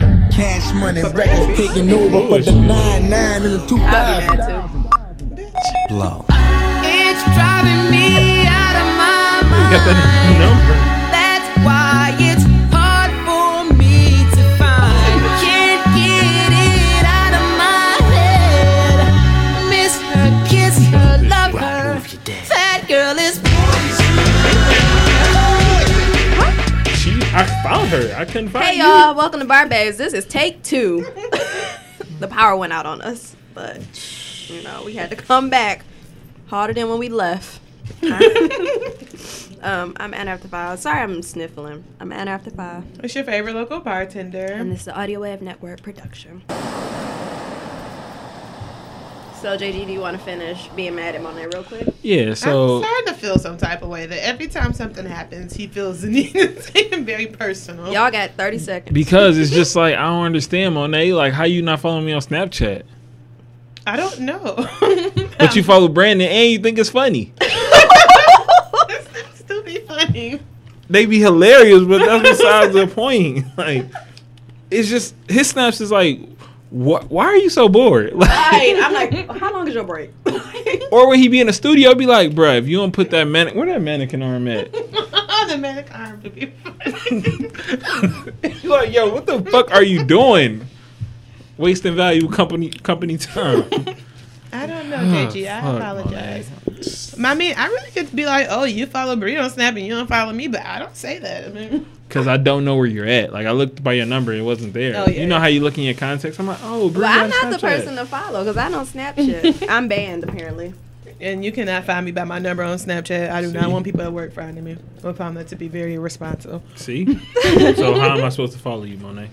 Cash money, records taking over for the 9 9 in the 2000. Blow. It's driving me out of my mind. got that number. That's why it's hard for me to find. Can't get it out of my head. Miss her, kiss her, love her. That girl is She, I found her. I couldn't find Hey you. y'all, welcome to Bar Babes. This is take two. the power went out on us, but you know we had to come back harder than when we left. um, I'm Anna after five. Sorry, I'm sniffling. I'm Anna after five, It's your favorite local bartender. and this is the Audio Wave Network production. So JG, do you want to finish being mad at Monet real quick? Yeah. So I'm starting to feel some type of way that every time something happens, he feels the need to take it very personal. Y'all got 30 seconds. because it's just like I don't understand, Monet. Like how you not following me on Snapchat, I don't know. but Oh. you follow Brandon and you think it's funny. This seems to be funny. They be hilarious, but that's besides the point. Like it's just his snaps is like, what? Why are you so bored? Like, Right, I'm like, how long is your break? or when he be in the studio, be like, bruh, if you don't put that man, where that mannequin arm at? the manic arm to be funny. You like, yo, what the fuck are you doing? Wasting value company company time. I don't know, Oh, JG. I fuck, apologize. I mean, I really could be like, oh, you follow Bree on Snap and you don't follow me, but I don't say that. I mean, Cause I don't know where you're at. Like I looked by your number, it wasn't there. Oh, yeah, you know yeah. how you look in your contacts. I'm like, oh, bro, But I'm not the person to follow because I don't Snapchat. I'm banned apparently. and you cannot find me by my number on Snapchat. I do See? not want people at work finding me. I found that to be very irresponsible. See, so how am I supposed to follow you, Monet?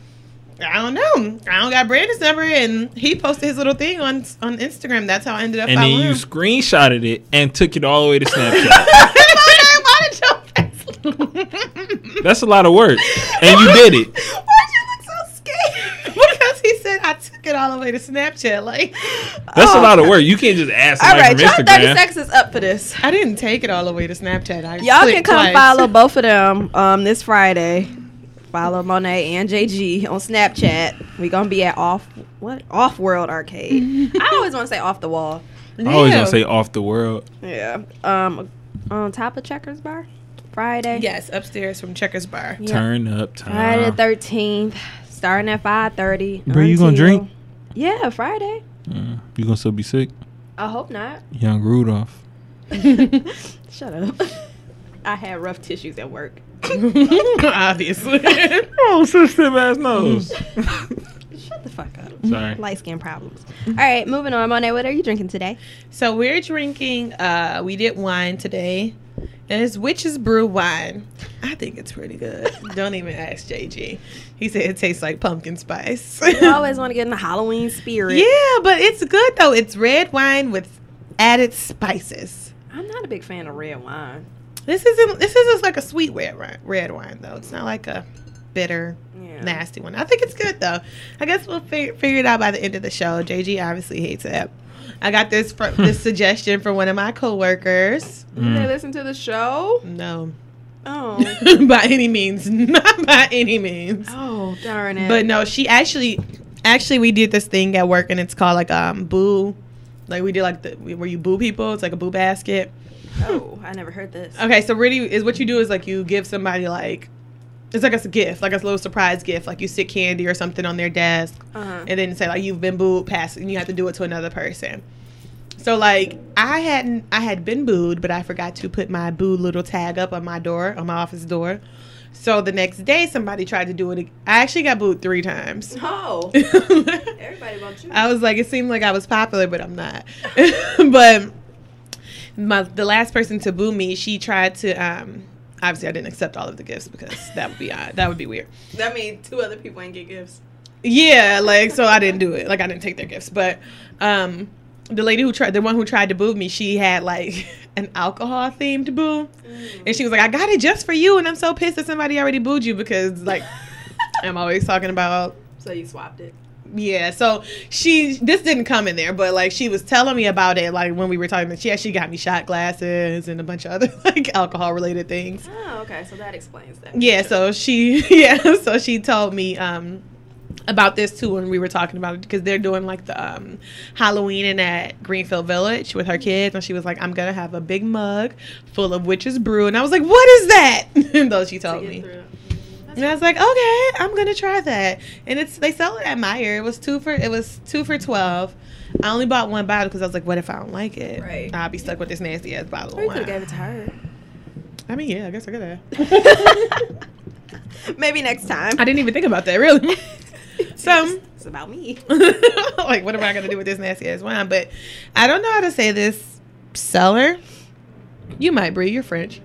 I don't know. I don't got Brandon's number, and he posted his little thing on on Instagram. That's how I ended up And then following you him. screenshotted it and took it all the way to Snapchat. Why did your face- That's a lot of work, and you did it. Why'd you look so scared? because he said I took it all the way to Snapchat. Like That's a lot of work. You can't just ask All somebody right, from Oh. y'all 30 Instagram. seconds is up for this. I didn't take it all the way to Snapchat. I Y'all can clicked come twice. follow both of them um, this Friday. Follow Monet and JG on Snapchat. We gonna be at off what off world arcade. I always want to say off the wall. I always Yeah. gonna say off the world. Yeah. Um, on top of Checkers Bar, Friday. Yes, upstairs from Checkers Bar. Yeah. Turn up Friday the time. thirteenth, starting at five thirty. Uh-huh. Bro, you gonna drink? Yeah, Friday. Mm. You gonna still be sick, I hope not. young Rudolph? Shut up. I had rough tissues at work. Obviously. Oh, sensitive ass nose. Shut the fuck up. Sorry. Light skin problems. All right, moving on. Monet, what are you drinking today? so we're drinking. uh We did wine today, and it's Witch's Brew wine. I think it's pretty good. Don't even ask JG. He said it tastes like pumpkin spice. You always want to get in the Halloween spirit. Yeah, but it's good though. It's red wine with added spices. I'm not a big fan of red wine. This isn't. This isn't like a sweet red wine. Red wine though. It's not like a bitter, Yeah. nasty one. I think it's good though. I guess we'll fi- figure it out by the end of the show. JG obviously hates it. I got this fr- this suggestion from one of my coworkers. Do they listen to the show? No, Oh. by any means, not by any means. oh, darn it. But no, she actually, actually, we did this thing at work, and it's called like um boo, like we did like the where you boo people. It's like a boo basket. Oh, I never heard this. Okay, so really, is what you do is like you give somebody like. It's like it's a gift, like a little surprise gift. Like you sit candy or something on their desk, Uh-huh. and then say like you've been booed, pass, it, and you have to do it to another person. So like I hadn't, I had been booed, but I forgot to put my boo little tag up on my door, on my office door. So the next day, somebody tried to do it. ag- I actually got booed three times. Oh, everybody wants you. I was like, it seemed like I was popular, but I'm not. but my the last person to boo me, she tried to. um Obviously, I didn't accept all of the gifts because that would be odd. That would be weird. That means two other people ain't get gifts. Yeah, like so I didn't do it. Like I didn't take their gifts. But um the lady who tried the one who tried to boo me, she had like an alcohol themed boo. And she was like, I got it just for you and I'm so pissed that somebody already booed you because like I'm always talking about So you swapped it. yeah, so she this didn't come in there, but like she was telling me about it, like when we were talking. She actually got me shot glasses and a bunch of other like alcohol related things. Oh, okay. So that explains that. Yeah, so she yeah, so she told me um about this too when we were talking about it because they're doing like the um, Halloween in at Greenfield Village with her kids, and she was like, "I'm gonna have a big mug full of witch's brew," and I was like, "What is that?" Though she told me, and I was like, "Okay, I'm gonna try that." And it's they sell it at Meyer. It was two for it was two for twelve. I only bought one bottle because I was like, "What if I don't like it? Right. I'll be stuck with this nasty ass bottle Or of you could have wine." gave it to her. I mean, yeah, I guess I could have. Maybe next time. I Um, didn't even think about that really. so. It's about me. like, what am I gonna do with this nasty ass wine? But I don't know how to say this seller. You might, Brie. You're French.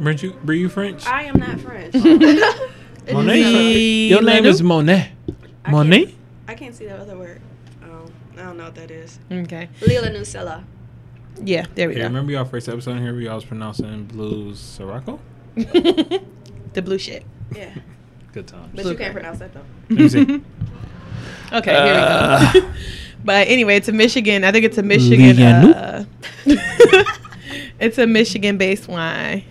Weren't you, were you French? I am not French. I Monet. The Your name Ledoux? is Monet. can't- Monet? I can't see that other word. Oh, I don't know what that is. Okay. Lila Nucella. Yeah. There we Yeah, go. remember y'all first episode here where y'all was pronouncing blues Sirocco? the blue shit. Yeah, Good time. but you can't pronounce that though. Let me see. Okay. here we go. but anyway, it's a Michigan. I think it's a Michigan. Uh, it's a Michigan-based wine.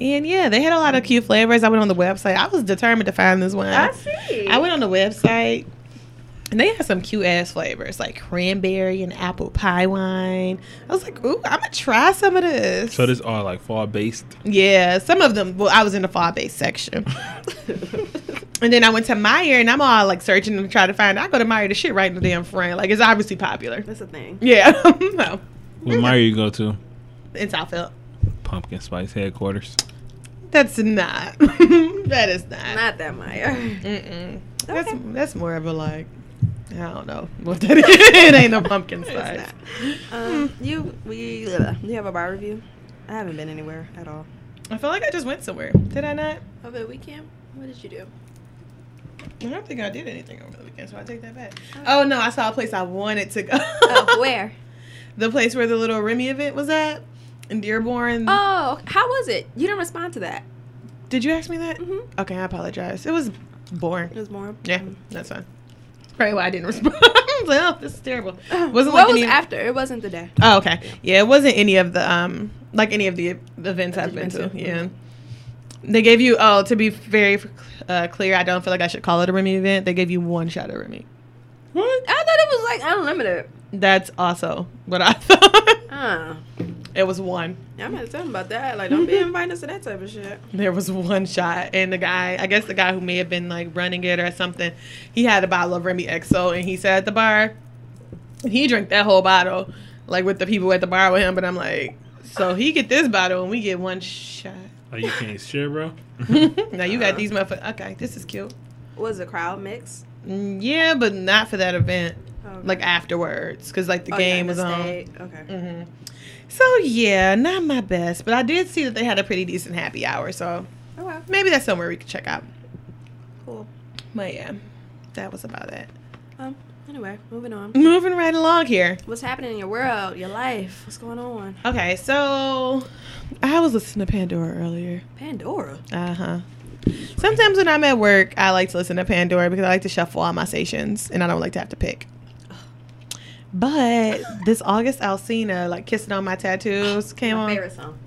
And yeah, they had a lot of cute flavors. I went on the website. I was determined to find this wine. see. I went on the website and they had some cute ass flavors like cranberry and apple pie wine. I was like, ooh, I'm gonna try some of this. So this all like fall based. yeah, some of them. Well, I was in the fall base section. and then I went to Meyer and I'm all like searching and trying to find. I go to Meyer, the shit right in the damn front. Like it's obviously popular. That's a thing. Yeah, no, Mm-hmm. What Meyer you go to? in Southfield. Pumpkin Spice headquarters. That's not. that is not. Not that Maya. Mm-mm. That's Okay. that's more of a like. I don't know what that is. it ain't no pumpkin spice. Um, you we uh, you have a bar review? I haven't been anywhere at all. I feel like I just went somewhere. Did I not? Over the weekend, what did you do? I don't think I did anything over the weekend, so I take that back. Oh no, I saw a place I wanted to go. Oh, where? The place where the little Remy event was at in Dearborn. Oh, how was it? You didn't respond to that. Did you ask me that? Mhm. Okay, I apologize. It was boring. It was more. Yeah, that's fine. Probably why I didn't respond. I was like, oh, this is terrible. Wasn't like what was any- after? It wasn't the day. Oh, okay. Yeah, it wasn't any of the um like any of the e- events I've been to. Yeah. They gave you oh to be very uh, clear, I don't feel like I should call it a Remy event. They gave you one shot at Remy. I thought it was like unlimited. That's also what I thought. Uh, it was one. I'm not talking about that. Like, don't be inviting us to that type of shit. There was one shot, and the guy, I guess the guy who may have been like running it or something, he had a bottle of Remy XO, and he sat at the bar. and He drank that whole bottle, like with the people at the bar with him. But I'm like, so he get this bottle, and we get one shot. Oh, you can't share, bro. now you Uh-huh. got these motherfuckers. Okay, this is cute. Was the crowd mixed? Mm, Yeah, but not for that event. Oh, Like afterwards, because like the oh, game yeah, was on. stayed. Okay. hmm So yeah, not my best, but I did see that they had a pretty decent happy hour. So Oh wow. maybe that's somewhere we could check out. Cool. But yeah, that was about it. Um. Anyway, moving on. Moving right along here. What's happening in your world? Your life? What's going on? Okay, so I was listening to Pandora earlier. Pandora. Uh huh. Sometimes when I'm at work, I like to listen to Pandora because I like to shuffle all my stations and I don't like to have to pick. But this August Alcina, like Kissing on My Tattoos, came My on. favorite song.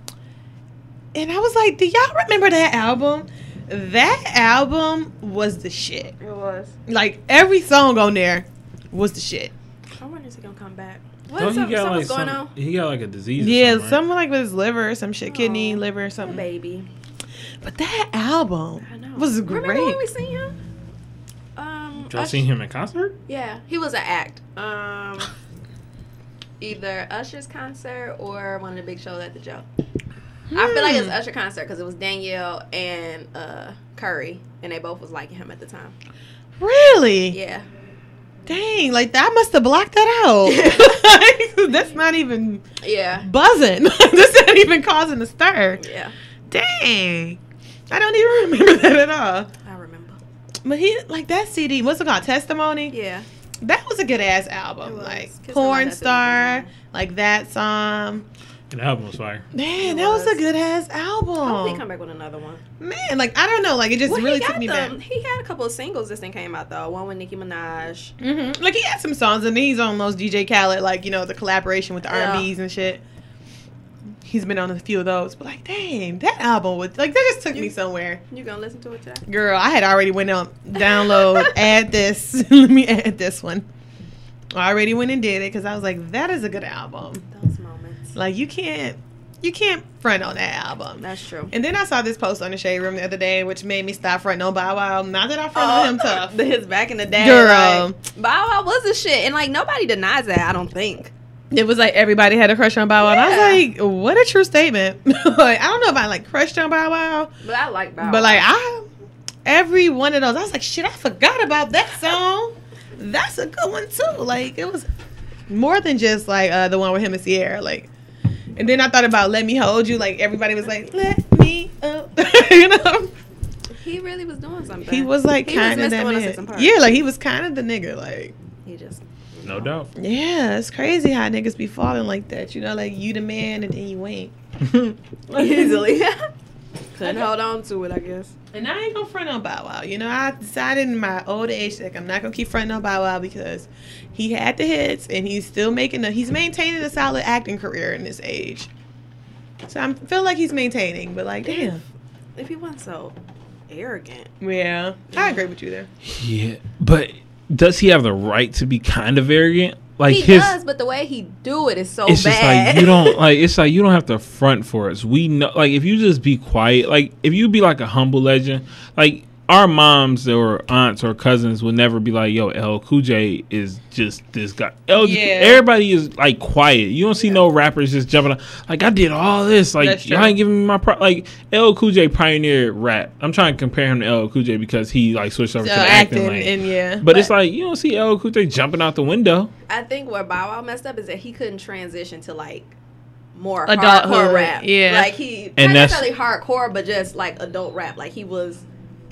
And I was like, do y'all remember that album? That album was the shit. It was. Like every song on there was the shit. I wonder if it's gonna come back. Don't What? Some, something's going some- on. He got like a disease. or Yeah, something, right? someone like with his liver, or some shit, kidney, Aw. liver, or Oh, something. baby. But that album I know. was Remember when we great. seen him? Um. Y'all Ush- seen him in concert? Yeah, he was an act. Um. Either Usher's concert or one of the big shows at the Joe. I feel like it's Usher concert because it was Danielle and uh, Curry, and they both was liking him at the time. Really? Yeah, Dang, like that must have blocked that out. Like, That's not even yeah, buzzing. That's not even causing a stir. yeah. Dang. I don't even remember that at all. I remember. But he like that CD, what's it called? Testimony? Yeah, That was a good ass It album. was. Like Kiss Porn Alive, Star, that's like that song. The album was fire. Man, It that was. was. a good ass album. hopefully come back with another one. Man, like I don't know, like it just Well, he really took got me back. them. He had a couple of singles this thing came out though. One with Nicki Minaj. hmm Like he had some songs, and he's on those DJ Khaled, like you know the collaboration with the Yeah. R&Bs and shit. he's been on a few of those. But like, dang, that album was like that just took me somewhere. You gonna listen to it today? Girl, I had already went on download, add this. Let me add this one. I already went and did it because I was like, that is a good album. Those moments. Like you can't you can't front on that album. That's true. And then I saw this post on the Shade Room the other day, which made me stop fronting on Bow Wow. Not that I front on Oh. him tough. Uh, His back in the day, Girl. like, Bow Wow was a shit, and like nobody denies that. I don't think. It was like everybody had a crush on Bow Wow. And I Yeah. was like, what a true statement. like, I don't know if I like crushed on Bow Wow, But I like Bow. but like Wow. I, every one of those, I was like, shit, I forgot about that song. That's a good one too. Like it was more than just like uh, the one with him and Sierra. Like, and then I thought about "Let Me Hold You." Like everybody was like, "Let me," up. you know. he really was doing something. He was like He was kind of Mr. that Innocent in man. Park. Yeah, like he was kind of the nigga. Like, He just No doubt. yeah, it's crazy how niggas be falling like that. You know, like you the man and then you ain't. easily couldn't hold on to it. I guess. And I ain't gonna front on Bow Wow. You know, I decided in my old age like I'm not gonna keep fronting on Bow Wow because he had the hits and he's still making a he's maintaining a solid acting career in this age. So I feel like he's maintaining, but like damn. If he wasn't so arrogant, Yeah. I agree with you there. Yeah, but does he have the right to be kind of arrogant? Like he his, does. But the way he do it is so it's just bad. like you don't like. It's like you don't have to front for us. We know, like, if you just be quiet, like if you be like a humble legend, like our moms or aunts or cousins would never be like, "Yo, L Cool J is just this guy." L, Yeah. everybody is like quiet. You don't see no rappers just jumping. Up, like I did all this. Like That's y'all true. ain't giving me my pro. Like L Cool J pioneered rap. I'm trying to compare him to L Cool J because he like switched over So to the acting, acting lane. and yeah. But, it's like you don't see El Kute jumping out the window. I think where Bow Wow messed up is that he couldn't transition to like more Adulthood, hardcore rap. yeah. like he And not that's- necessarily hardcore, but just like adult rap. Like he was,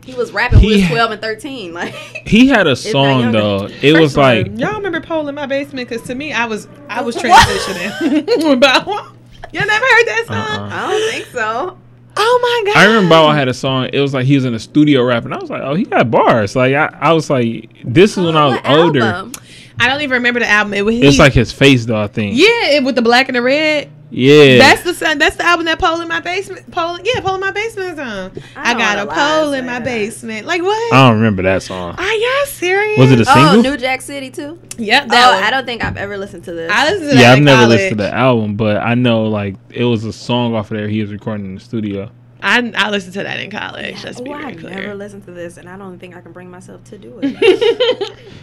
he was rapping when he He- was twelve and thirteen. Like He had a not song younger. though. It was First of all, like y'all remember Pole in my basement? Because to me, I was I was transitioning. with Bow Wow. Y'all never heard that song? uh-uh. I don't think so. Oh my god! I remember Bow Wow had a song. It was like he was in the studio rapping. I was like, oh, he got bars. Like I, I was like, this is when I was Oh, What older. album? I don't even remember the album. It was It's Oh, he- like his face though. I think. Yeah. yeah, it, with the black and the red. That's the song. That's the album that pole in my basement. Pole, yeah, pole in my basement song. I, I don't got a wanna lie, pole in my Sarah. basement. Like what? I don't remember that song. Are y'all serious? Um, Was it a Oh, single? New Jack City too. Yep. No, That Oh, I one. don't think I've ever listened to this. I listened to that. yeah, I've in never college. listened to the album, but I know like it was a song off of there. He was recording in the studio. I, I listened to that in college. Let's be oh, I very never clear. listened to this, and I don't think I can bring myself to do it.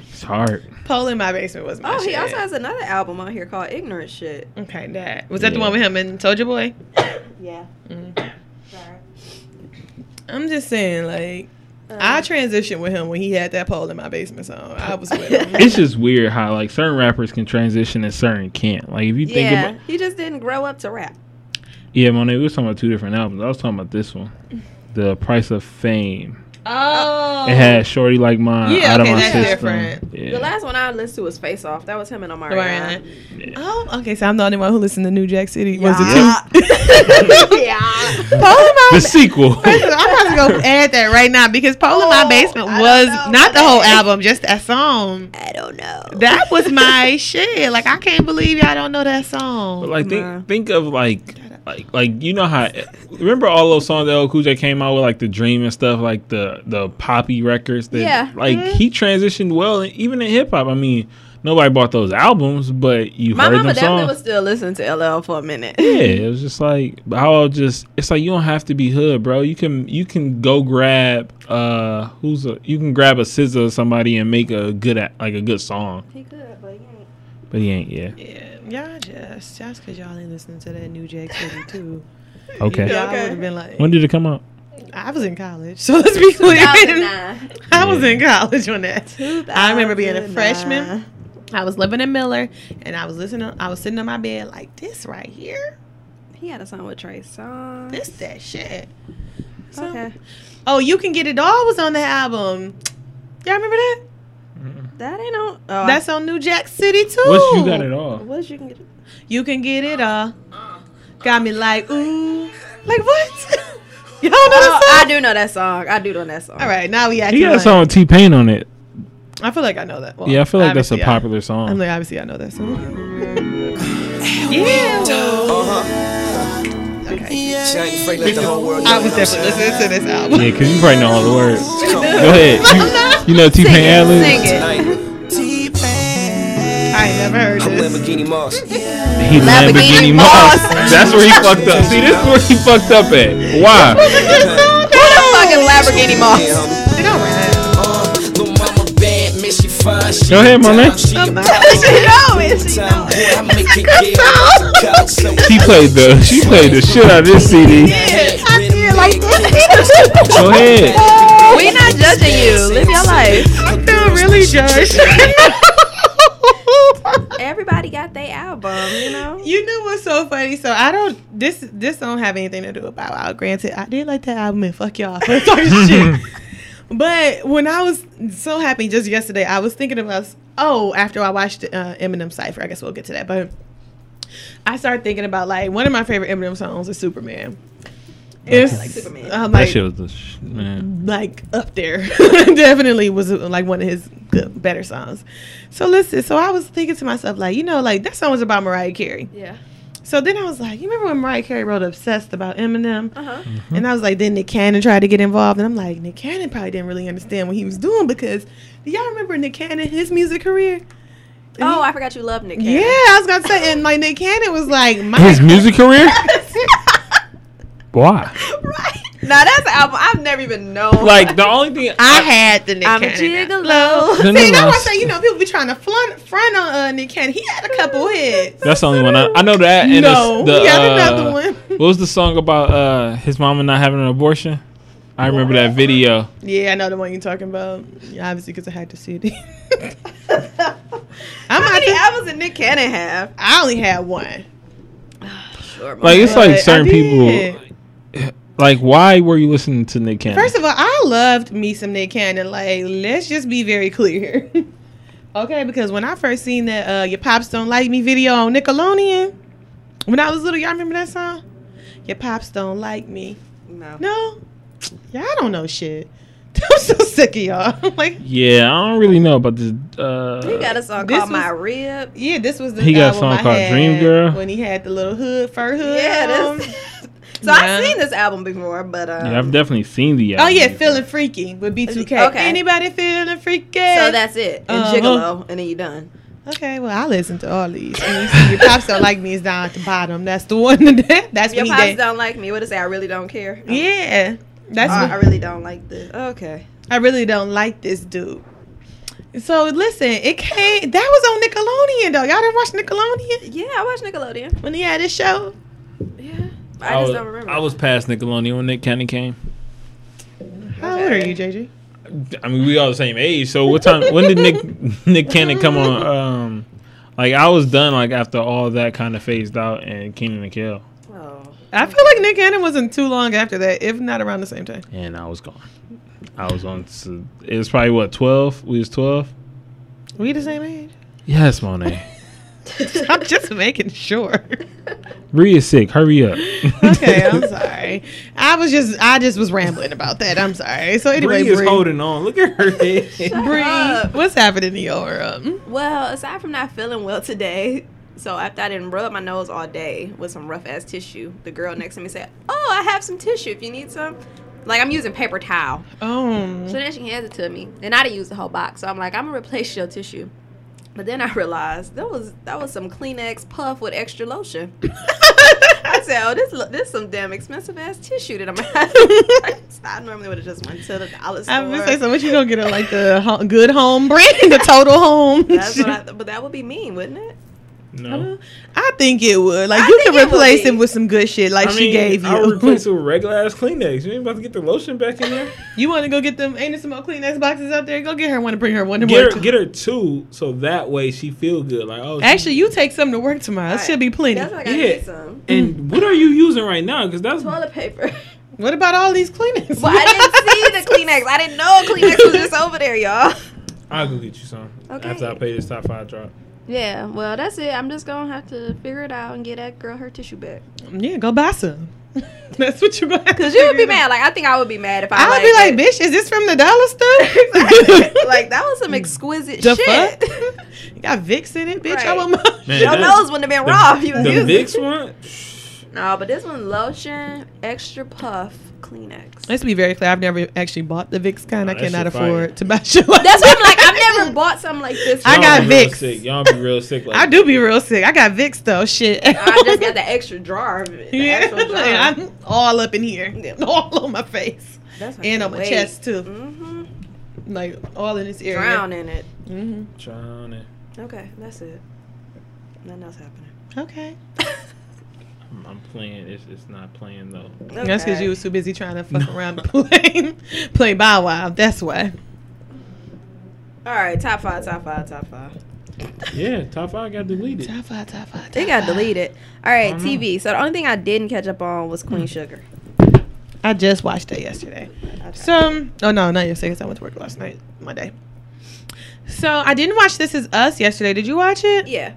It's hard. pole in my basement was my oh, he shit. also has another album on here called Ignorant Shit. okay, that was that the Yeah. one with him and Soldier Boy. Yeah. I'm just saying, like. Uh. I transitioned with him when he had that pole in my basement song. I was with him. It's just weird how like certain rappers can transition and certain can't. Like if you think yeah, about he just didn't grow up to rap. yeah, Monet, we were talking about two different albums. I was talking about this one, The Price of Fame. oh, It had shorty like mine Yeah, out okay, of my that's system. different. Yeah. The last one I listened to was Face Off. That was him and Omari. Right. Yeah. Oh, okay. So I'm the only one who listened to New Jack City. Was it Yeah. two? yeah. Pole in my the sequel. I'm about to go add that right now because Pole in My Oh, Basement I don't was know not the whole about that. album, just that song. I don't know. That was my shit. Like I can't believe y'all don't know that song. But like Nah. think think of like like like you know how remember all those songs that El Cool J came out with like the Dream and stuff like the the poppy records. That, Yeah. Mm-hmm. Like Mhm. he transitioned well, and even in hip hop. I mean, nobody bought those albums, but you My heard mama them songs. definitely was still listening to LL for a minute. yeah, it was just like but how I'll just it's like you don't have to be hood, bro. You can you can go grab uh who's a you can grab a scissor or somebody and make a good a- like a good song. He could, but he ain't. But he ain't, yeah. yeah, y'all just that's because y'all ain't listening to that New Jack City too. Okay. Y'all Okay. would have been like, When did it come out? I was in college, so let's be clear. 2009. I was in college when that. I remember being a freshman. I was living in Miller, and I was listening. I was sitting on my bed like this right here. He had a song with Trey Songz. This that shit. So- okay. Oh, you can get it all was on the album. Y'all remember that? That ain't on. Oh, That's on New Jack City too. What you got it all? what you can get. You can get it all. Got me like ooh, like what? Y'all know that Oh, I song? do know that song. I do know that song. All right, now we He actually. got a Like, song with T Pain on it. I feel like I know that. Well, Yeah, I feel like that's a obviously I- popular I'm song. like obviously I know that song. yeah. Uh-huh. Jack Frank let the whole world I know. was definitely listening to this album. Yeah, because you probably know all the words. Go Come ahead. You, you know T Pain ad Sing libs? it. on. T-Pain. I ain't never heard I'm this. Lamborghini Moss. He Lamborghini Lamborghini Moss. Moss. That's where he fucked up. See, this is where he fucked up at. Why? Fucking Lamborghini Yeah, Moss. homie. It don't rhyme. Uh, Lil' mama bad, man, she fine. She Go ahead, my man. She a I'm not. she know it. She time, know boy, it. I make it get off the couch. So She played the she played the shit out of this CD. I did like this. Go ahead. we not judging you. Live your life. I feel really judged. Everybody got their album, you know. you know what's so funny? So I don't. This this don't have anything to do with Bow Wow. Granted, I did like that album and fuck y'all for talking shit. But when I was so happy just yesterday, I was thinking about oh after I watched uh, Eminem Cipher. I guess we'll get to that, but. I started thinking about like one of my favorite Eminem songs is Superman. It's uh, like Superman. That shit was the sh- man. like up there. Definitely was uh, like one of his good, better songs. So listen, so I was thinking to myself, like, you know, like that song was about Mariah Carey. Yeah. So then I was like, you remember when Mariah Carey wrote Obsessed about Eminem? Uh huh. Mm. And I was like, then Nick Cannon tried to get involved. And I'm like, Nick Cannon probably didn't really understand what he was doing because do y'all remember Nick Cannon, his music career? And Oh, he- I forgot you love Nick. yeah, Cannon. I was gonna say, and like Nick Cannon was like, my His music career? Why? Right. Now that's an album I've never even known. Like the only thing I had the Nick I'm a Cannon. gigolo. No, no, See, that's no. why I say, you know, people be trying to front, front on uh, Nick Cannon. He had a couple hits. That's the only one I, I know that. And No, it's the, we got uh, another one. What was the song about uh, his mama not having an abortion? I remember that video. Yeah, I know the one you're talking about. Yeah, obviously, because I had to see it. I'm How out many to, albums did Nick Cannon have? I only had one. Sure, Like it's But I like certain did. people. Like why were you listening to Nick Cannon? First of all, I loved me some Nick Cannon. Like, let's just be very clear. okay, because when I first seen that uh, Your Pops Don't Like Me video on Nickelodeon, when I was little, y'all remember that song? Your Pops Don't Like Me. no. No. Y'all don't know shit. I'm so sick of y'all. I'm like, yeah, I don't really know about this. He Uh, got a song This called was- My Rib. Yeah, this was the He got a album song I called had Dream Girl. when he had the little hood fur hood. Yeah, on. that's. so I've Nah. seen this album before, but um, yeah, I've definitely seen the. Oh album yeah, before. feeling freaky with B2K. Okay. Anybody feeling freaky? so that's it. And Uh-huh. Gigolo, and then you done. okay. Well, I listen to all these. And you see your pops don't like me is down at the bottom. That's the one. That, that's Your when he pops did. don't like me. What to say? I really don't care. Yeah, that's Oh, what, I really don't like this. Okay. I really don't like this dude. So listen, it came. That was on Nickelodeon though. Y'all didn't watch Nickelodeon Yeah, I watched Nickelodeon. when he had his show. Yeah. I, I, just was, don't remember. I was past Nickelodeon when Nick Cannon came. How old are you, JJ? I mean, we all the same age. So what time? when did Nick Nick Cannon come on? Um, like I was done. Like after all that kind of phased out and Keenan and Kel, Oh. I feel like Nick Cannon wasn't too long after that, if not around the same time. and I was gone. I was on. To, it was probably what twelve. We was twelve. We the same age. Yes, Monet. I'm just making sure. Bree is sick. Hurry up. Okay, I'm sorry. I was just I just was rambling about that. I'm sorry. So anyway, Bree is Bree, holding on. Look at her head. Bree, up. what's happening in your world? Well, aside from not feeling well today, so after I didn't rub my nose all day with some rough ass tissue, the girl next to me said, "Oh, I have some tissue if you need some." Like I'm using paper towel. So Um, then she hands it to me, and I didn't use the whole box. So I'm like, "I'm gonna replace your tissue." But then I realized that was that was some Kleenex puff with extra lotion. I said, "Oh, this lo- this some damn expensive ass tissue that I'm." I normally would have just went to the dollar store. I'm gonna say so. What you gonna get her like the ho- good home brand, the total home? That's what I th- but that would be mean, wouldn't it? No, I think it would. Like I you think can it would replace be. it with some good shit, like she gave I would you. replace it with regular ass Kleenex. You ain't about to get the lotion back in there. you want to go get them? Ain't there some more Kleenex boxes out there? Go get her one to bring her one to Get work. her, get her two, so that way she feel good. Like oh, she- Actually, you take some to work tomorrow. It should be plenty. That's what I gotta Yeah. get some mm. And what are you using right now? Because that's toilet paper. What about all these Kleenex? Well, I didn't see the Kleenex. I didn't know a Kleenex was just over there, y'all. I'll go get you some Okay. after I pay this top five drop. Yeah, well, that's it. I'm just gonna have to figure it out and get that girl her tissue back. Yeah, go buy some. That's what you gonna. Cause you would be mad. Like I think I would be mad if I. I would be like, bitch, is this from the dollar store? bitch. like that was some exquisite The shit. fuck? you got Vicks in it, bitch. I Right. want my. Man, Your nose wouldn't have been raw if you was the using. Vicks one. No, but this one lotion, extra puff, Kleenex. Let's be very clear. I've never actually bought the Vicks kind. Nah, I that cannot shit fire. afford to buy shit. Like That's why I'm like, I've never bought something like this. I Y'all got be real Vicks. sick. Y'all be real sick. Like I do be real sick. I got Vicks though. Shit. I just got the extra jar of it. The yeah, actual like, jar. I'm all up in here, Yeah. all on my face, That's why I and can't on my wait. chest too, Mm-hmm. like all in this area. Drown in it. hmm Drowning. Okay, that's it. Nothing else happening. Okay. I'm, I'm playing. It's, it's not playing though. That's because Okay. you was too busy trying to fuck around and play, play Bow Wow. That's why. All right, top five, top five, top five. Yeah, top five got deleted. Top five, top five, They top got five. deleted. All right, Mhm. TV. So the only thing I didn't catch up on was Queen Sugar. I just watched that yesterday. So, oh no, not yesterday because I went to work last night, Monday. So I didn't watch This Is Us yesterday. Did you watch it? Yeah.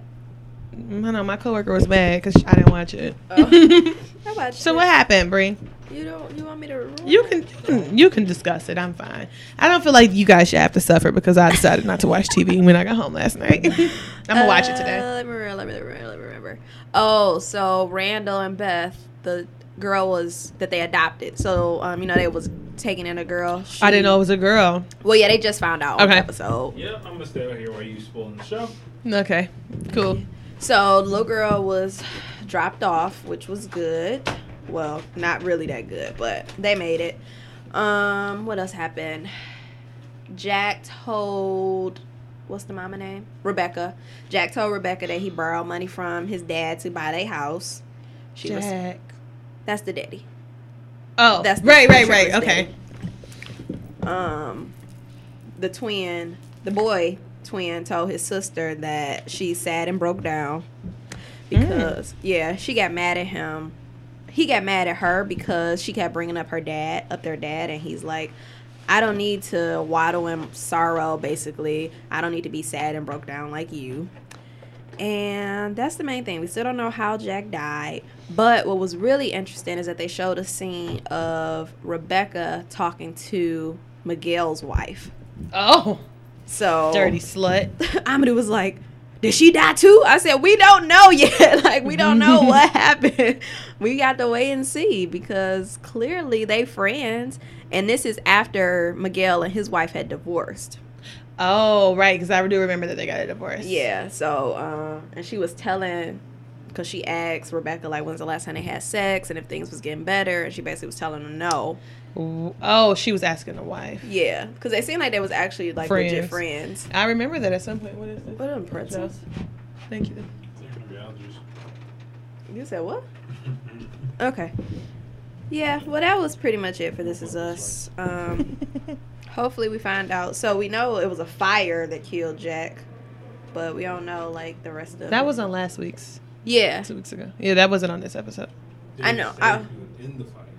I know my coworker was mad because I didn't watch it. Oh. How about so you? what happened, Bree? You don't. You want me to? Ruin You it? can, you can you can discuss it. I'm fine. I don't feel like you guys should have to suffer because I decided not to watch TV when I got home last night. I'm gonna watch it Uh, today. Let me remember. Let me remember. Let me remember. Oh, so Randall and Beth, the girl was that they adopted. So um, you know they was taking in a girl. I didn't She- know it was a girl. Well, yeah, they just found out. on the Okay. episode. Yep, I'm gonna stay out here while you spoiling the show. Okay, cool. So the little girl was dropped off, which was good. Well, not really that good, but they made it. Um, what else happened? Jack told what's the mama name? Rebecca. Jack told Rebecca that he borrowed money from his dad to buy their house. She was Jack. that's the daddy. Oh, That's that's the right, right, Sugar's right. daddy. Okay. Um the twin, the boy twin told his sister that she's sad and broke down because Mm. yeah, she got mad at him. He got mad at her because she kept bringing up her dad, up their dad, and he's like, "I don't need to waddle in sorrow. Basically, I don't need to be sad and broke down like you." And that's the main thing. We still don't know how Jack died, but what was really interesting is that they showed a scene of Rebecca talking to Miguel's wife. Oh, So dirty slut. Amadou was like, "Did she die too?" I said, "We don't know yet. like we don't know what happened. We got to wait and see because clearly they friends, and this is after Miguel and his wife had divorced. Oh, right, because I do remember that they got a divorce. Yeah. So, um, and she was telling. Cause she asked Rebecca like when's the last time they had sex and if things was getting better and she basically was telling them no. W- Oh, she was asking the wife. Yeah, cause they seemed like they was actually like legit friends. I remember that at some point. What is this? What them pretzels? Thank you. You said what? Okay. Yeah, well, that was pretty much it for This Is Us. Um, hopefully, we find out. So, we know it was a fire that killed Jack, but we don't know, like, the rest of That it. was on last week's, Yeah. two weeks ago. Yeah, that wasn't on this episode. I know, I-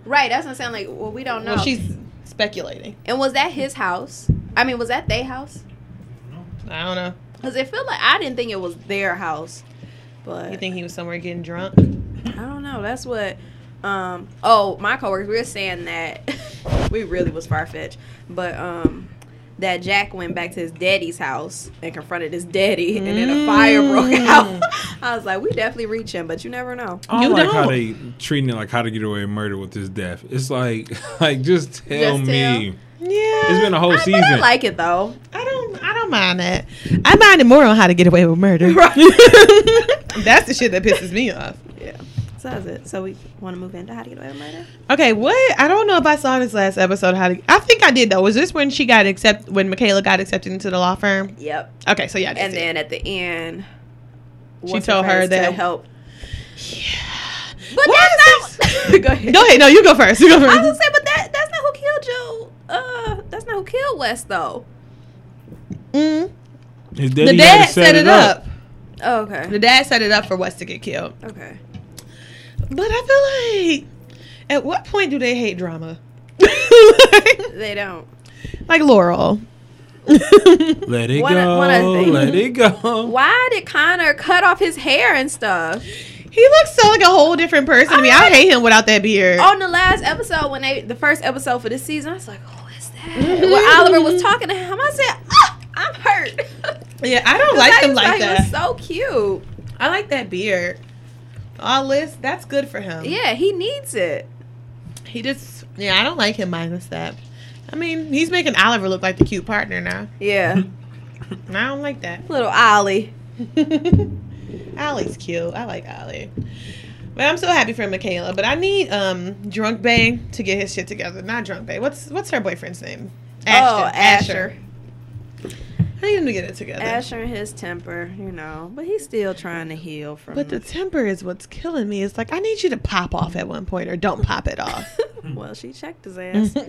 Right, that's what I'm saying. Like, well, we don't know. Well, she's speculating. and was that his house? I mean, was that their house? I don't know. Because it felt like I didn't think it was their house. But You think he was somewhere getting drunk? I don't know. That's what. Um. Oh, my coworkers. We were saying that we really was far fetched, but um, that Jack went back to his daddy's house and confronted his daddy, and then a fire Mm. broke out. I was like, we definitely reaching, but you never know. I You don't like don't. how they treating it like how to get away with murder with this death. It's like, like just tell Just me. Yeah. It's been a Oh, whole But I season. like it though. I don't. I don't mind that. I mind it more on how to get away with murder. That's the shit that pisses me off. Yeah. So that's it. So we want to move into how to get away with murder. Okay, what? I don't know if I saw this last episode. How to? I think I did though. Was this when she got accept? When Michaela got accepted into the law firm? Yep. Okay, so yeah, I did And see it. then at the end, She what's told her face to that- help. But Why that's not. Go ahead. Go ahead. Mm-hmm. No, you go first. You go I was first. gonna say, but that that's not who killed Joe. Uh, that's not who killed West though. Mm. His The daddy had dad to set it up. Oh, okay. The dad set it up for West to get killed. Okay. But I feel like, at what point do they hate drama? like, They don't. Laurel. Let it One- go. one other thing. Let it go. Why did Connor cut off his hair and stuff? He looks so like a whole different person to me. I hate him without that beard. On the last episode, when they the first episode for this season, I was like, who is that? Mm-hmm. When Oliver was talking to him, I said, ah, I'm hurt. Yeah, I don't I like just him thought like he that. was so cute. I like that beard. all this. That's good for him. Yeah, he needs it. He just yeah, I don't like him minus that. I mean, he's making Oliver look like the cute partner now. Yeah, And I don't like that. little Ollie. Ollie's cute. I like Ollie. But I'm so happy for Michaela. But I need um Drunk Bay to get his shit together. Not Drunk Bay. What's what's her boyfriend's name? Oh, Asher. I need him to get it together. Asher and his temper, you know, but he's still trying to heal from. But the temper is what's killing me. It's like I need you to pop off at one point or don't pop it off. well, she checked his ass. so,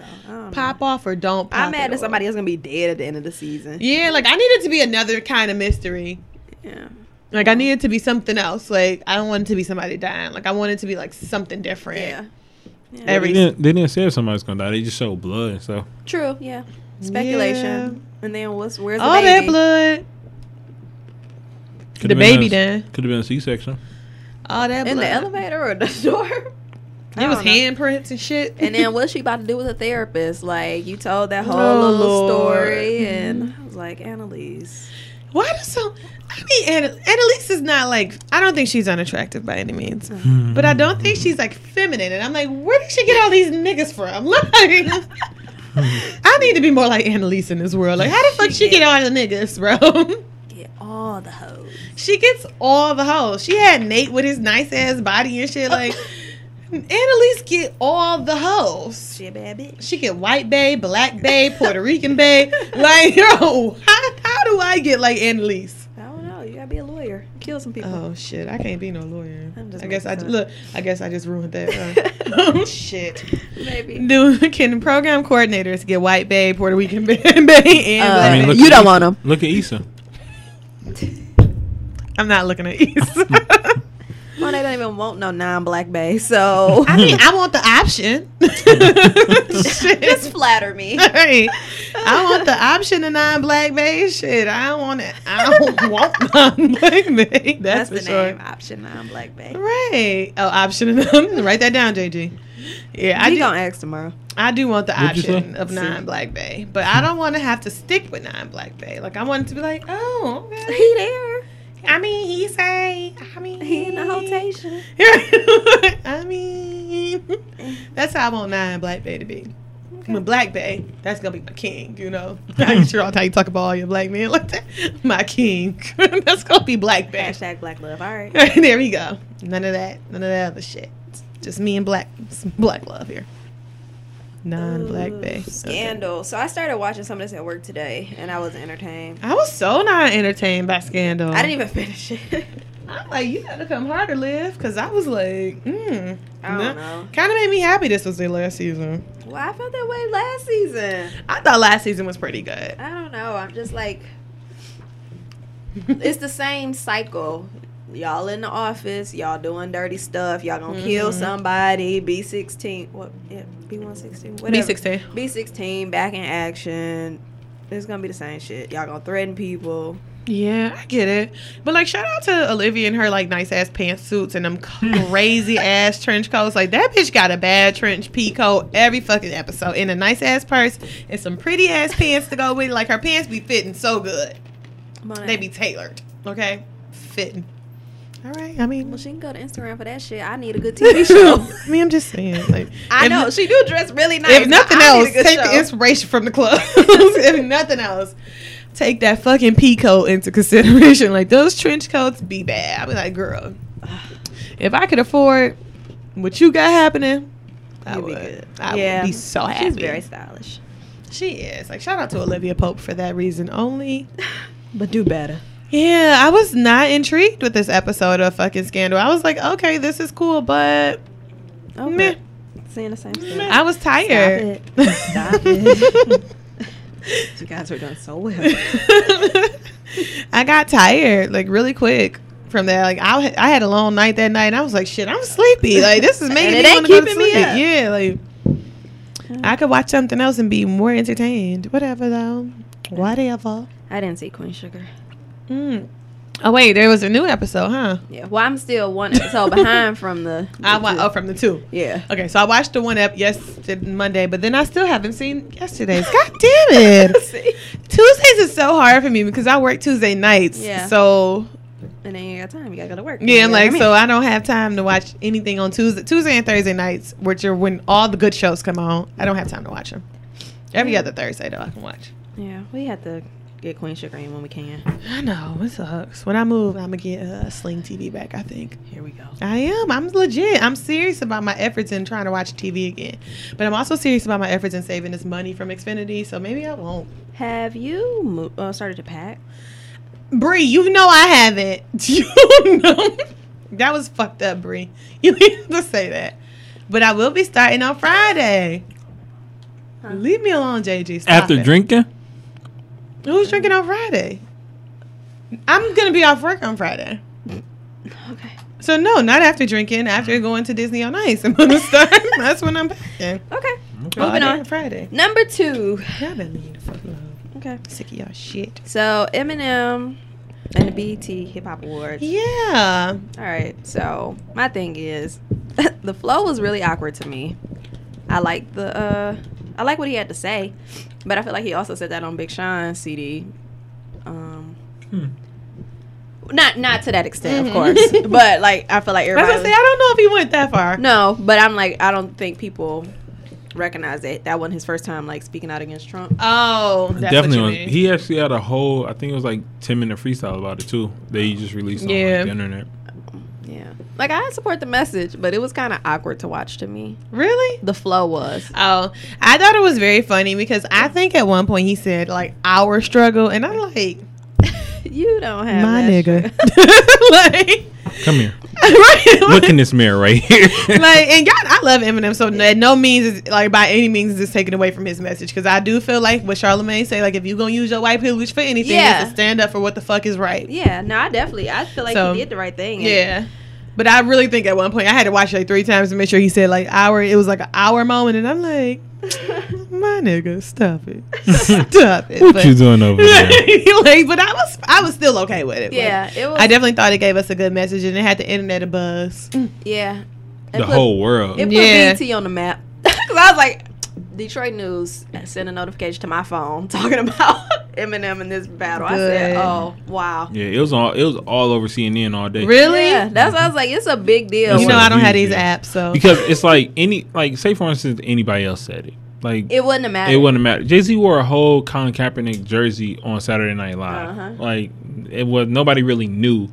I don't know. pop off or don't pop I'm it mad that off. somebody is gonna be dead at the end of the season. Yeah, like I need it to be another kind of mystery. Yeah. Like I need it to be something else. Like I don't want it to be somebody dying. Like I want it to be like something different. Yeah. They Every didn't, they didn't say if somebody's gonna die. They just showed blood. So True. Yeah. Speculation. And then what's where's the all baby? that blood. The baby then. Could have been a C-section. All that blood. In the elevator or the door? It was don't know. handprints and shit. And then what's she about to do with a therapist? Like you told that whole Oh, little Lord. story, and I was like, Annalise. why do so? I mean, Anna, Annalise is not like. I don't think she's unattractive by any means, Mm. but I don't think she's like feminine. And I'm like, where did she get all these niggas from? Like, I need to be more like Annalise in this world. Like, how the fuck she get all the niggas, bro? Get all the hoes. She gets all the hoes. She had Nate with his nice ass body and shit. Like, Annalise get all the hoes. She a bad bitch. She get white bay, black bay, Puerto Rican bay. Like, yo, how, how do I get like Annalise? I don't know. You gotta be a lawyer. Kill some people. Oh shit, I can't be no lawyer. I'm just I guess I making fun. look. I guess I just ruined that. huh? shit. Maybe. Do can program coordinators get white bay, Puerto Rican bay, and Uh, black mean, bay? look you at don't Issa. want them. Look at Issa. I'm not looking at East. Well, they don't even want no non-black bay. So I mean, I want the option. Shit. just flatter me. Right. I want the option of non-black bay. Shit, I don't want it. I don't want non-black bay. That's, That's, for the sure. name option. Non-black bay. Right. Oh, option of non. Write that down, JG. Yeah, I I do. gonna ask tomorrow. I do want the What'd you say? option of non-black bay, but I don't want to have to stick with non-black bay. Like I want it to be like, oh, okay. He there. I mean, he say, I mean, He in the rotation. I mean, that's how I want nine Black Bay to be. My Black Bay, that's gonna be my king. You know, how you sure how you talk about all your black men like that? My king. that's gonna be Black Bay. Hashtag black love. All right. there we go. None of that. None of that other shit. Just me and black. Some black love here. Non Black Ooh, Bay. Okay. Scandal. So I started watching some of this at work today, and I was entertained. I was so not entertained by Scandal. I didn't even finish it. I'm like, you gotta come harder, live, because I was like, mm. I don't know. Kind of made me happy this was their last season. Well, I felt that way last season. I thought last season was pretty good. I don't know. I'm just like, it's the same cycle. Y'all in the office, y'all doing dirty stuff, y'all gonna kill Mm-hmm. somebody. B16, what? Yeah, B116, whatever. B16. B16, back in action. It's gonna be the same shit. Y'all gonna threaten people. Yeah, I get it. But like, shout out to Olivia and her like nice ass pantsuits and them crazy ass trench coats. Like that bitch got a bad trench pea coat every fucking episode, and a nice ass purse and some pretty ass pants to go with. it. Like her pants be fitting so good. Monet. They be tailored. Okay, fitting. All right. I mean, Well, she can go to Instagram for that shit. I need a good TV show. I mean, I'm just saying. Like, I if- know she do dress really nice. If but nothing I need else, a good take the show. inspiration from the clothes. if nothing else, take that fucking pea coat into consideration. Like those trench coats be bad. I be like, girl, if I could afford what you got happening, I You'd be would. good. I Yeah. would be so happy. She's very stylish. she is. Like shout out to Olivia Pope for that reason only. But do better. Yeah, I was not intrigued with this episode of fucking Scandal. I was like, okay, this is cool, but Oh, Meh. but Saying the same thing. I was tired. Stop it. You guys were doing so well. I got tired like really quick from that. Like I, I had a long night that night, and I was like, "Shit, I'm sleepy. Like this is making And it me ain't want to go to keeping sleep." me up. Yeah, like I could watch something else and be more entertained. Whatever though, whatever. I didn't see Queen Sugar. Mm. Oh wait, there was a new episode, huh? Yeah. Well, I'm still one episode behind from the. I wa- oh from the two. Yeah. Okay, so I watched the one up yesterday Monday, but then I still haven't seen yesterday's. God damn it! See? Tuesdays is so hard for me because I work Tuesday nights. Yeah. So and then you got time. You gotta go to work. Yeah, You know like what I so mean? I don't have time to watch anything on Tuesday, Tuesday and Thursday nights, which are when all the good shows come on. I don't have time to watch them. Every other Thursday though, I can watch. yeah, we have to get Queen Sugar in when we can. I know it sucks. When I move, I'm gonna get a uh, Sling TV back. I think Here we go. I am. I'm legit. I'm serious about my efforts in trying to watch TV again, but I'm also serious about my efforts in saving this money from Xfinity. So maybe I won't. Have you mo- uh, started to pack? Bree, you know I haven't. You know that was fucked up, Bree. You need to say that. But I will be starting on Friday. Leave me alone, JG. Stop After it. drinking? who's drinking on Friday? I'm gonna be off work on Friday. Okay. So no, not after drinking. After going to Disney on Ice, I'm gonna start. That's when I'm packing. Okay. All Moving day on. Friday. Number two. Y'all better leave me the fuck alone. Okay. Sick of y'all shit. So Eminem and the BT Hip Hop Awards. Yeah. All right. So my thing is, the flow was really awkward to me. I like the uh, I like what he had to say, but I feel like he also said that on Big Sean's CD. Um, Hmm. not not to that extent, of course, but like I feel like I was everybody. gonna say I don't know if he went that far. no, but I'm like I don't think people recognize that that wasn't his first time like speaking out against Trump. Oh, that's Definitely. What Was, you mean. he actually had a whole, I think it was like 10 minute freestyle about it too. That he just released on like, Yeah. the internet. Yeah, like I support the message, but it was kind of awkward to watch to me. really? The flow was. Oh, I thought it was very funny because I think at one point he said like our struggle, and I'm like You don't have my that nigga, shit. like Come here. right, Look in this mirror right here. like and y'all, I love Eminem so no, no means is, like by any means is this taken away from his message because I do feel like what Charlamagne say like if you gonna use your white privilege for anything, Yeah. it's to stand up for what the fuck is right. Yeah, no, I definitely. I feel like So, he did the right thing. and- Yeah. But I really think at one point I had to watch it like three times to make sure he said like hour. It was like an hour moment, and I'm like, my nigga, stop it, stop it. what But- you doing over there? like, but I was I was still okay with it. Like, yeah, it was. I definitely thought it gave us a good message, and it had the internet a buzz. yeah, it The put, whole world. it put Yeah. BT on the map because I was like, Detroit News sent a notification to my phone talking about Eminem in this battle. I said, Good. oh wow, yeah, it was all it was all over CNN all day. Really? Yeah, that's why I was like, it's a big deal. You know I don't have Huge these deal. apps, so Because it's like any like say for instance anybody else said it. Like it wouldn't have mattered. It wouldn't matter. Jay Z wore a whole Colin Kaepernick jersey on Saturday Night Live. Uh-huh. Like it was nobody really knew,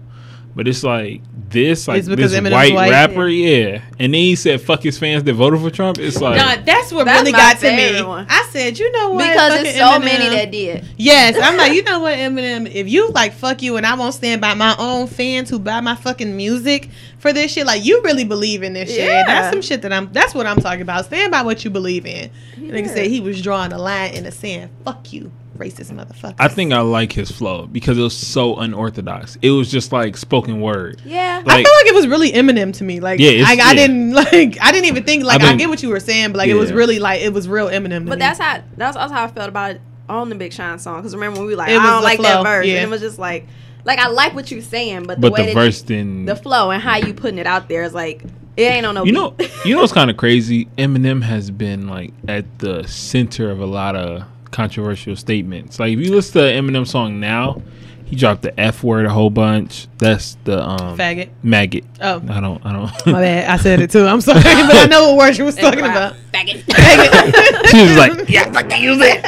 but it's like this, like because this Eminem's white, white? rapper, yeah. And then he said, "Fuck his fans that voted for Trump." It's like Nah, that's what That's really my got to me. favorite one. I said, you know what? because Fucking it's so Eminem. many that did. Yes, I'm like, you know what, Eminem? If you like, fuck you, and I won't stand by my own fans who buy my fucking music for this shit. Like, you really believe in this shit. Yeah. That's some shit that I'm. That's what I'm talking about. Stand by what you believe in. Like I Yeah. said, he was drawing a line in the sand. Fuck you, racist motherfucker. I think I like his flow because it was so unorthodox. It was just like spoken word. Yeah, I Like feel like it was really Eminem to me. Like, Yeah, it's- like I yeah. didn't like. I didn't even think. Like, I I, mean- get what you were saying, but like, it was Yeah. really like it was real Eminem. To mm-hmm. but me. that's how that's also how I felt about it on the Big Sean song. Because remember when we were like, It I was don't the like that flow, verse, yeah. and it was just like, like I like what you're saying, but the but way the that verse you, didn't. the flow and how you putting it out there is like it ain't on no. you know, beat. you know, it's kind of crazy. Eminem has been like at the center of a lot of controversial statements. Like if you listen to Eminem song now, he dropped the F word a whole bunch. That's the um faggot. maggot. Oh. I don't, I don't. My bad. I said it too. I'm sorry, but I know what words you was talking about. she was like, yeah, fuck that, use it.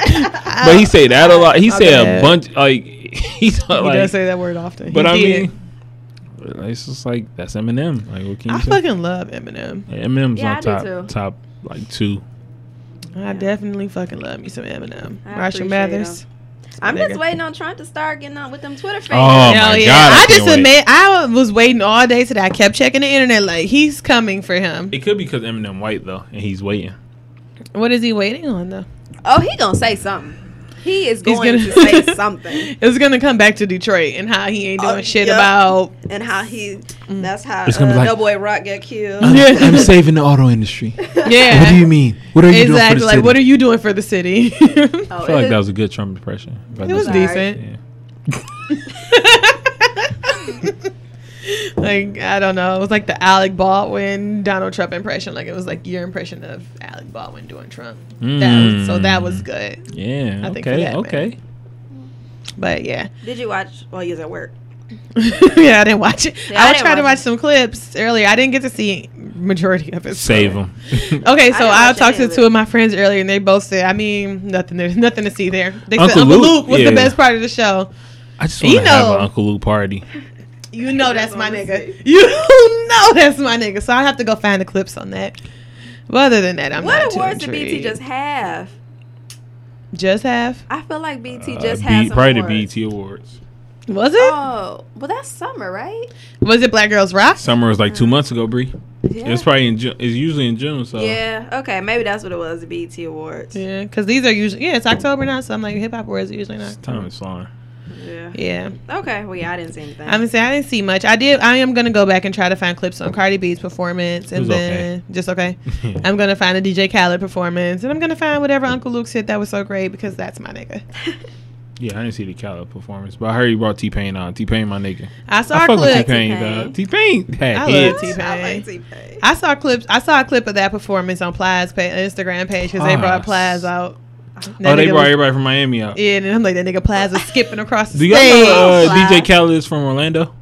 But he said that a lot. He said bad. a bunch. Like he's He like, does say that word often. but He I did. mean, it's just like that's Eminem. Like what can you I say? fucking love Eminem. Like, Eminem's Yeah, on I do too. top, top like two. I definitely fucking love me some Eminem. I Marshall appreciate Mathers. I'm Nigga. just waiting on Trump to start getting on with them Twitter fans. Oh, Hell my yeah. God, I I just can't wait. admit I was waiting all day today. I kept checking the internet like he's coming for him. It could be because Eminem white though, and he's waiting. What is he waiting on though? Oh, he gonna say something. He is He's going gonna- to say something, It's gonna come back to Detroit and how he ain't doing Oh, shit yep. about and how he. That's how Mm. It's gonna be uh, like- No Boy Rock got killed. I'm- Yeah. I'm saving the auto industry. Yeah. mean? What are exactly. Like what are you doing for the city? it Oh, I feel it like is- that was a good Trump impression. But was this- Sorry. decent. yeah. like I don't know. It was like the Alec Baldwin Donald Trump impression. Like it was like your impression of Alec Baldwin doing Trump. That was, so that was Mm. good. Yeah. I think for okay. that, man. okay. But yeah. Did you watch? Well, you was at work. yeah, I didn't watch it. Yeah, I I, was didn't trying to watch watch some clips earlier. I didn't get to see majority of it. so- Save them. Okay, so didn't I, watch talked any to of two it. of my friends earlier, and they both said, "I mean, nothing. There's nothing to see there." They said Uncle Uncle Luke, Luke was yeah. the best part of the show. I just want You to have know- an Uncle Luke party. You know that's, That's my what I'm nigga. You know that's my nigga. So I have to go find the clips on that. But other than that, I'm not What too awards did BT intrigued. just have? just have? I feel like BT Uh, just B- has some probably the awards. BET Awards. Was it? Oh, well, that's summer, right? Was it Black Girls Rock? Summer was like two months ago, Bree. Uh-huh. Yeah. It was probably in June. It's usually in June, so yeah. Okay. Maybe that's what it was. The BT Awards. Yeah. Yeah, because these are usually yeah. It's October now, so I'm like hip hop awards are usually not. time is flying. Yeah, Okay. Well, yeah. I didn't see anything. I'm gonna say I didn't see much. I did. I am gonna go back and try to find clips on Cardi B's performance, and was then just okay. I'm gonna find a DJ Khaled performance, and I'm gonna find whatever Uncle Luke said that was so great because that's my nigga. yeah, I didn't see the Khaled performance, but I heard you brought T Pain on. T Pain, my nigga. I saw I a fuck with T clip. Pain, T-Pain. dog. T Pain had I love hits. T-Pain. I like T-Pain. I saw clips. I saw a clip of that performance on Plies' pa- Instagram page because they brought Plies. Plies out. Ah. Oh, That they nigga brought was- everybody from Miami out. yeah, and I'm like that nigga Plies was skipping across the Do y'all know stage. uh, DJ Khaled is from Orlando?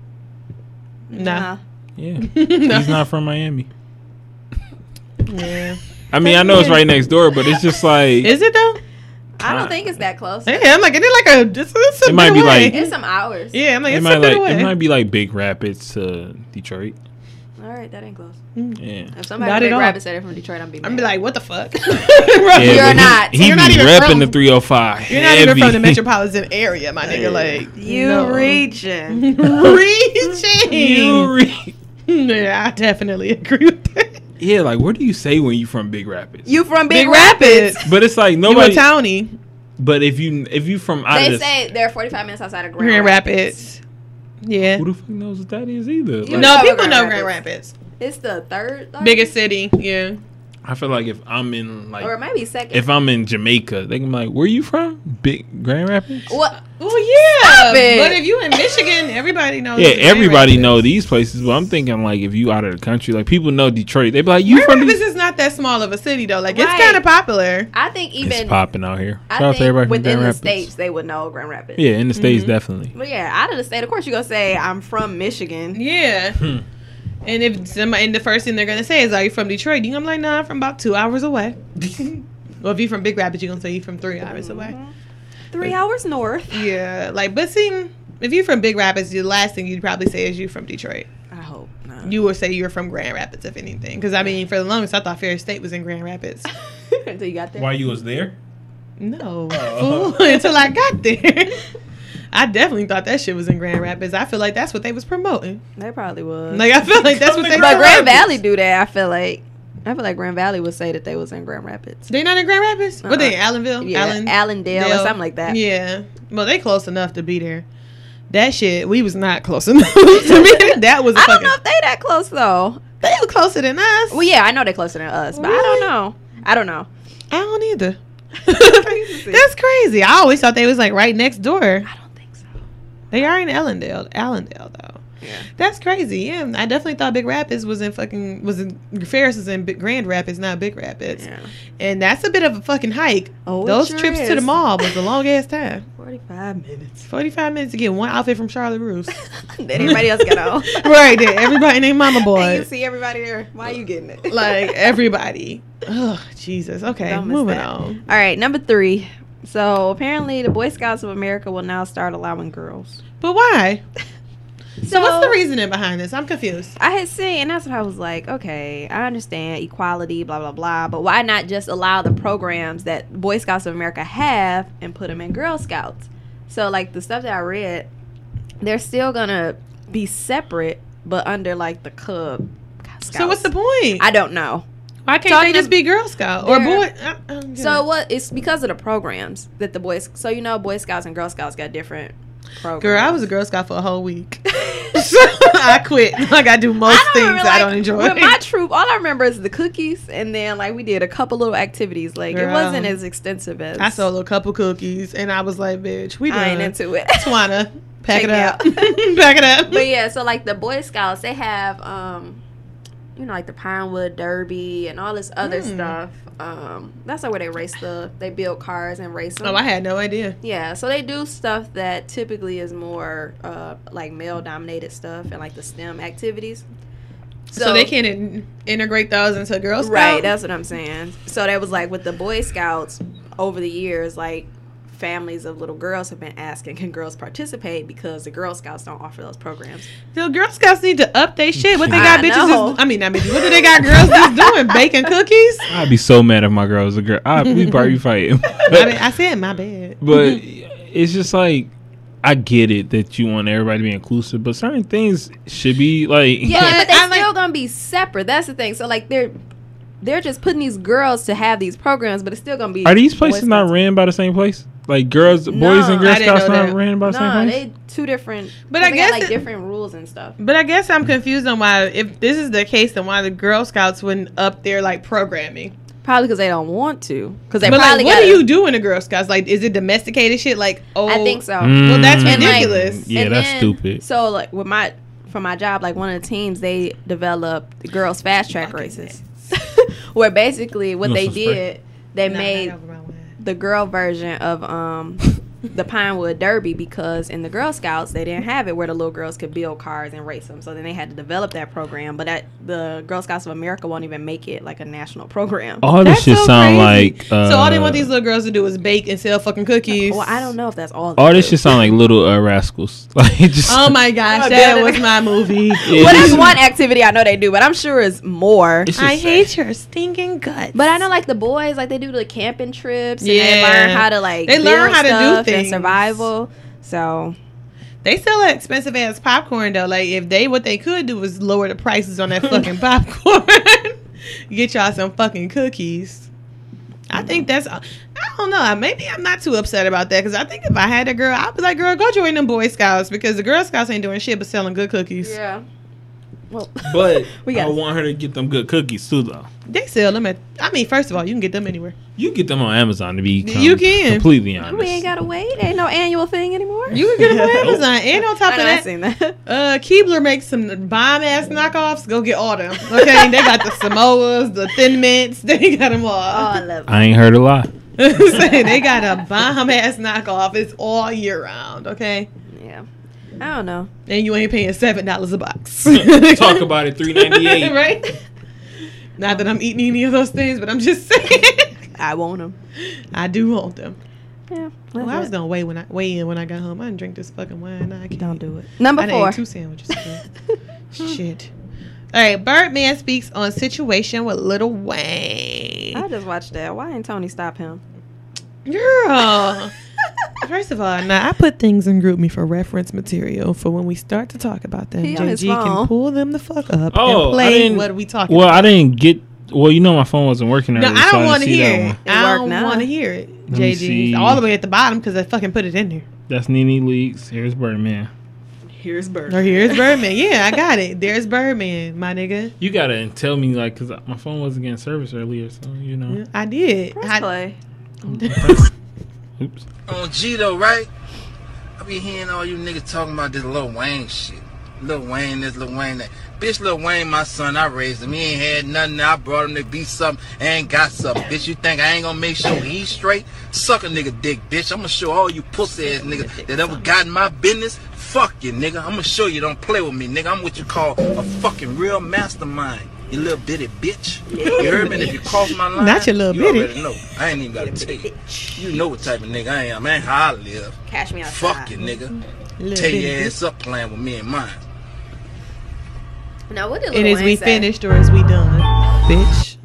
Nah. Yeah, No. he's not from Miami. Yeah. I mean, I know it's right next door, but it's just like Is it though? I Uh, don't think it's that close. Yeah, I'm like, is it like a? This, this a It might bit be away. like- It's some hours. Yeah, I'm like, it it's might a like bit away. it might be like Big Rapids to Detroit. All right. That ain't close. Yeah, If somebody Not Not at Big all. Rabbit said it from Detroit, I'm be. I'm mad. be like, what the fuck? Right. yeah You're but not- He, he you're not be even repping from- the 305. You're not even heavy. from the metropolitan area, my nigga. Like You no. reaching. reaching. You re- yeah, I definitely agree with that. yeah, like where do you say when you from Big Rapids? You from Big, Big Rapids. Rapids. but it's like You a nobody. townie? But if you if you from out They of this, say they're 45 minutes outside of Grand, Grand Rapids. Rapids. Yeah. who the fuck knows what that is either? You Like, No, know people Grand know Rapids. Grand Rapids. Oh, It's the third largest? Biggest city. Yeah. I feel like if I'm in like or it might be second. if I'm in Jamaica, they can be like, where you from? Big Grand Rapids. what? Oh yeah. Stop it. But if you in Michigan, everybody knows. Yeah, it's Grand everybody Rapids. know these places, but I'm thinking like if you out of the country, like people know Detroit, they be like, you Grand from? Rapids Detroit? is not that small of a city though. Like Right. it's kind of popular. I think It's even popping out here. Shout I out to everybody think from within Grand the Rapids. states they would know Grand Rapids. Yeah, in the states definitely. But yeah, out of the state, of course, you gonna say I'm from Michigan. Yeah. Hmm. And if somebody, and the first thing they're gonna say is, "Are you from Detroit?" You gonna be like, "Nah, I'm from about two hours away." Or if you from Big Rapids, you gonna say you from three hours away. Three hours north. Yeah, like, but see, if you from Big Rapids, the last thing you'd probably say is you from Detroit. I hope not. You would say you're from Grand Rapids, if anything, because I mean, for the longest, I thought Fair State was in Grand Rapids. Until you got there. you was there? No, Oh. fool, until I got there, I definitely thought that shit was in Grand Rapids. I feel like that's what they was promoting. They probably was. Like, I feel like that's what they. but Grand promoted. Valley do that. I feel like. I feel like Grand Valley would say that they was in Grand Rapids. They not in Grand Rapids? What they in Allenville? Uh-uh. Yeah, Allen- Allendale or Dale. something like that. Yeah. Well, they close enough to be there. That shit, we was not close enough. to me, that was a I don't fucking. know if they that close though. They were closer than us. Well, yeah, I know they closer than us, but I Really? don't know. I don't know. I don't either. Crazy. That's crazy. I always thought they was like right next door. I don't think so. They are in Allendale, Allendale though. Yeah. That's crazy. Yeah, I definitely thought Big Rapids was in fucking was in Ferris is in Big Grand Rapids, not Big Rapids, Yeah. and that's a bit of a fucking hike. Oh, it Those sure trips to the is. mall was a long ass time. 45 minutes. Forty five minutes to get one outfit from Charlotte Roos. then everybody else got on. right there, everybody named Mama Boy. And you see everybody there. Why you getting it? like everybody. Oh Jesus. Okay, Dumb as moving that. on. All right, number three. So apparently, the Boy Scouts of America will now start allowing girls. But why? So, So what's the reasoning behind this? I'm confused. I had seen, and that's what I was like. Okay, I understand equality, blah blah blah, but why not just allow the programs that Boy Scouts of America have and put them in Girl Scouts? So like the stuff that I read, they're still gonna be separate, but under like the Cub. Scouts. So what's the point? I don't know. why can't talking they just ab- be Girl Scout or boy? They're- I, I don't get So it. what? It's because of the programs that the boys. So you know, Boy Scouts and Girl Scouts got different programs. girl, I was a Girl Scout for a whole week. so I quit. Like I do most I don't things remember, I like, don't enjoy. With my troop, all I remember is the cookies, and then like we did a couple little activities. Like Girl. it wasn't as extensive as I sold a couple cookies and I was like, bitch, we I ain't done. into it. Tawana, pack Check it me up. out. pack it up. but yeah, so like the Boy Scouts, they have um, you know, like the Pinewood Derby and all this other Hmm. stuff. Um, that's like where they race the, they build cars and race them. Oh, I had no idea. Yeah, so they do stuff that typically is more uh, like male dominated stuff and like the STEM activities. So, they can't in- integrate those into Girl Scout? Right, that's what I'm saying. So that was like with the Boy Scouts over the years, like families of little girls have been asking, can girls participate? Because the Girl Scouts don't offer those programs. the Girl Scouts need to update shit. What they got I bitches? know. Is, I mean, not bitches. What do they got girls just doing? Baking cookies? I'd be so mad if my girl was a girl. I, we'd probably be fighting. I mean, I said my bad. but it's just like I get it that you want everybody to be inclusive, but certain things should be like Yeah, but I they're like- still gonna be separate. That's the thing. So like they're they're just putting these girls to have these programs, but it's still gonna be. Are these Boy places not Scouts. ran by the same place? Like girls, boys, and No, girl I didn't scouts know not that. ran by the No, same place. they two different. But But I I guess got, like it- different rules and stuff. But I guess I'm confused on why, if this is the case, then why the Girl Scouts wouldn't up their like programming. Probably because they don't want to. Because they but probably like, what gotta- do you do in the Girl Scouts? Like, is it domesticated shit? Like, oh, I think so. Well, that's Mm. And, like, ridiculous. yeah, And that's then- stupid. So like with my for my job, like one of the teams they developed the girls fast track races, where basically what You want they some spray? did, they Nah, made not over my wine. the girl version of um the Pinewood Derby because in the Girl Scouts they didn't have it where the little girls could build cars and race them. So then they had to develop that program. But that the Girl Scouts of America won't even make it like a national program. All this That's shit so sound crazy. like uh, so all they want these little girls to do is bake and sell fucking cookies. Well, I don't know if that's all. all this shit they do. sound like little uh, rascals. Like just Oh my gosh, Oh, that damn it. was my movie. Yeah, Well, that's just- one activity I know they do, but I'm sure it's more. it's just sad. your stinking guts. But I know, like the boys, like they do the camping trips. And they Yeah. learn how to like. They learn build how to do stuff things. and survival. So they sell expensive ass popcorn though. Like if they what they could do was lower the prices on that fucking popcorn. Get y'all some fucking cookies. I think that's. I don't know. Maybe I'm not too upset about that because I think if I had a girl, I'd be like, "Girl, go join them Boy Scouts because the Girl Scouts ain't doing shit but selling good cookies. yeah. Well, But We got- I want her to get them good cookies too, though. They sell them at. I mean, first of all, you can get them anywhere. You can get them on Amazon to be You can. completely honest. we ain't gotta wait. Ain't no annual thing anymore. You can get them on Amazon, and on top I of know, I that, seen that. Uh, Keebler makes some bomb ass knockoffs. Go get all them. Okay, they got the Samoas, the Thin Mints. They got them all. Oh, I love it. I ain't heard a lot. Say, they got a bomb ass knockoff. It's all year round. Okay, Yeah. I don't know. and you ain't paying seven dollars a box. Talk about it, three ninety eight. right? Not that I'm eating any of those things, but I'm just saying I want them. I do want them. Yeah. Well, I was that's it. gonna weigh when I weigh in when I got home. I didn't drink this fucking wine. Nah, I can't. Don't do it. Number I done four. ate two sandwiches. today. Shit. All right, Birdman speaks on situation with Little Wayne. I just watched that. Why didn't Tony stop him? Girl. First of all, now I put things in group me for reference material for when we start to talk about them. He on his JG can phone. pull them the fuck up Oh, I and play didn't- what we talking Well, about. I didn't get. Well, you know my phone wasn't working. No, earlier, I so don't didn't want to see that hear it. one. I worked don't now. want to hear it. me JG, see. It's all the way at the bottom because I fucking put it in there. That's Nene Leaks. Here's Birdman. Here's Bird. Or here's Birdman. Yeah, I got it. There's Birdman, my nigga. You gotta tell me like, cause my phone wasn't getting service earlier, so you know. I did. Press I- play. Oops. on G though, right? I be hearing all you niggas talking about this Lil Wayne shit. Lil Wayne this, Lil Wayne that. Bitch, Lil Wayne, my son, I raised him. He ain't had nothing. I brought him to be something and got something. Bitch, you think I ain't gonna make sure he's straight? Suck a nigga dick, bitch. I'm gonna show all you pussy ass niggas that ever got in my business. Fuck you, nigga. I'm gonna show you don't play with me, nigga. I'm what you call a fucking real mastermind. You little bitty bitch. You heard me? And If you cross my line, Not your little you already bitty. no, I ain't even gotta tell you. You know what type of nigga I am. I ain't how I live. Catch me outside. Fuck you, nigga. Little Tear bitty your ass up playing with me and mine. Now what did Lil And is Wayne we say? finished or is we done, bitch?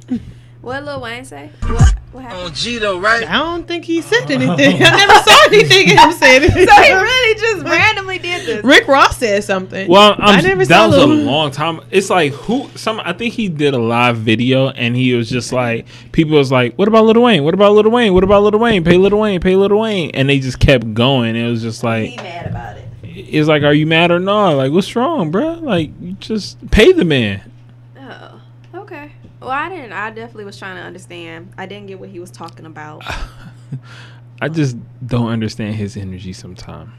What did Lil Wayne say? What? What happened? On G though, right? I don't think he said anything. I never saw anything him say anything. So he really just randomly did this. Rick Ross said something. Well, I'm, I never that saw was a Lil- long time. It's like who some I think he did a live video and he was just like people was like, "What about Little Wayne? What about Little Wayne? What about Little Wayne? Pay Little Wayne, pay Little Wayne," and they just kept going. It was just He like, mad about it. it's like, are you mad or not? Like, what's wrong, bruh? Like, you just pay the man. Oh, okay. Well, I didn't. I definitely was trying to understand. I didn't get what he was talking about. I just don't understand his energy sometimes.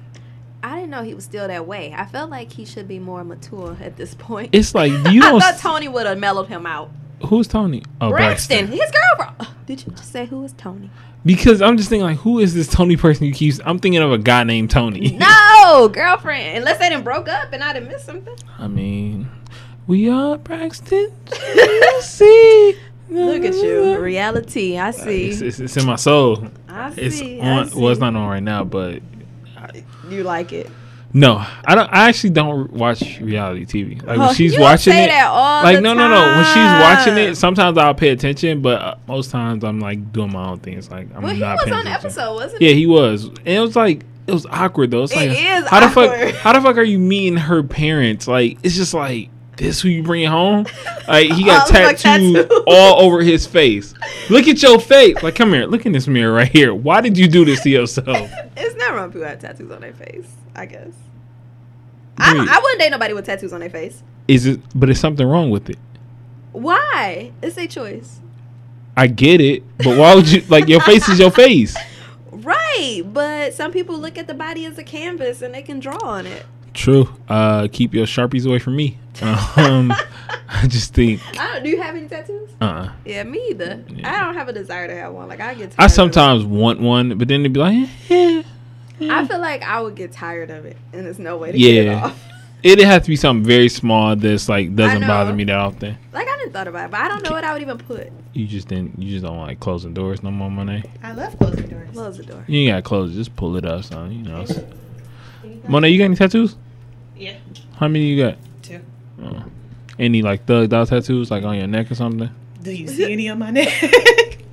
I didn't know he was still that way. I felt like he should be more mature at this point. It's like you I don't. thought Tony would have mellowed him out. who's Tony? Oh, Braxton, his girlfriend. Did you just say who is Tony? Because I'm just thinking like, who is this Tony person you keep? I'm thinking of a guy named Tony. No, girlfriend. Unless they done broke up and I done missed something. I mean, we are Braxton. See. Look at you, reality. I It's, see. it's, it's in my soul. I It's see. I on. see. Well, it's not on right now, but You like it? No, I don't. I actually don't watch reality TV. Like Oh, when she's you watching say it, that all like the no, no, no. When she's watching time. it, sometimes I'll pay attention, but uh, most times I'm like doing my own things. Like I'm Well, he not was paying on the attention. episode, wasn't Yeah, he was, and it was like it was awkward though. It's It like is how the awkward. fuck, how the fuck are you meeting her parents? Like it's just like this who you bring home. Like he got All the fuck tattooed tattoos. all over his face. Look at your face. Like come here. Look in this mirror right here. Why did you do this to yourself? he? It's not wrong. People have tattoos on their face. I guess. I don't, Wait. I wouldn't date nobody with tattoos on their face. Is it? But it's something wrong with it. Why? It's a choice. I get it, but why would you like your face is your face? Right, but some people look at the body as a canvas and they can draw on it. True. Uh keep your sharpies away from me. Um I just think I don't. Do you have any tattoos? uh Yeah, me either. I don't have a desire to have one. Like I get. Tired I of it. sometimes want one, but then it'd be like, eh, I feel like I would get tired of it, and there's no way to get it yeah. off. It'd have to be something very small that's like doesn't know. bother me that often. Like I didn't thought about it, but I don't know what I would even put. You just didn't you just don't like closing doors no more, Monet. I love closing doors. Close the door. You ain't gotta close it, just pull it up, son. You know. Monet, you got any tattoos? Yeah. How many you got? Two. Oh. Any like thug doll tattoos like on your neck or something? Do you see any on my neck?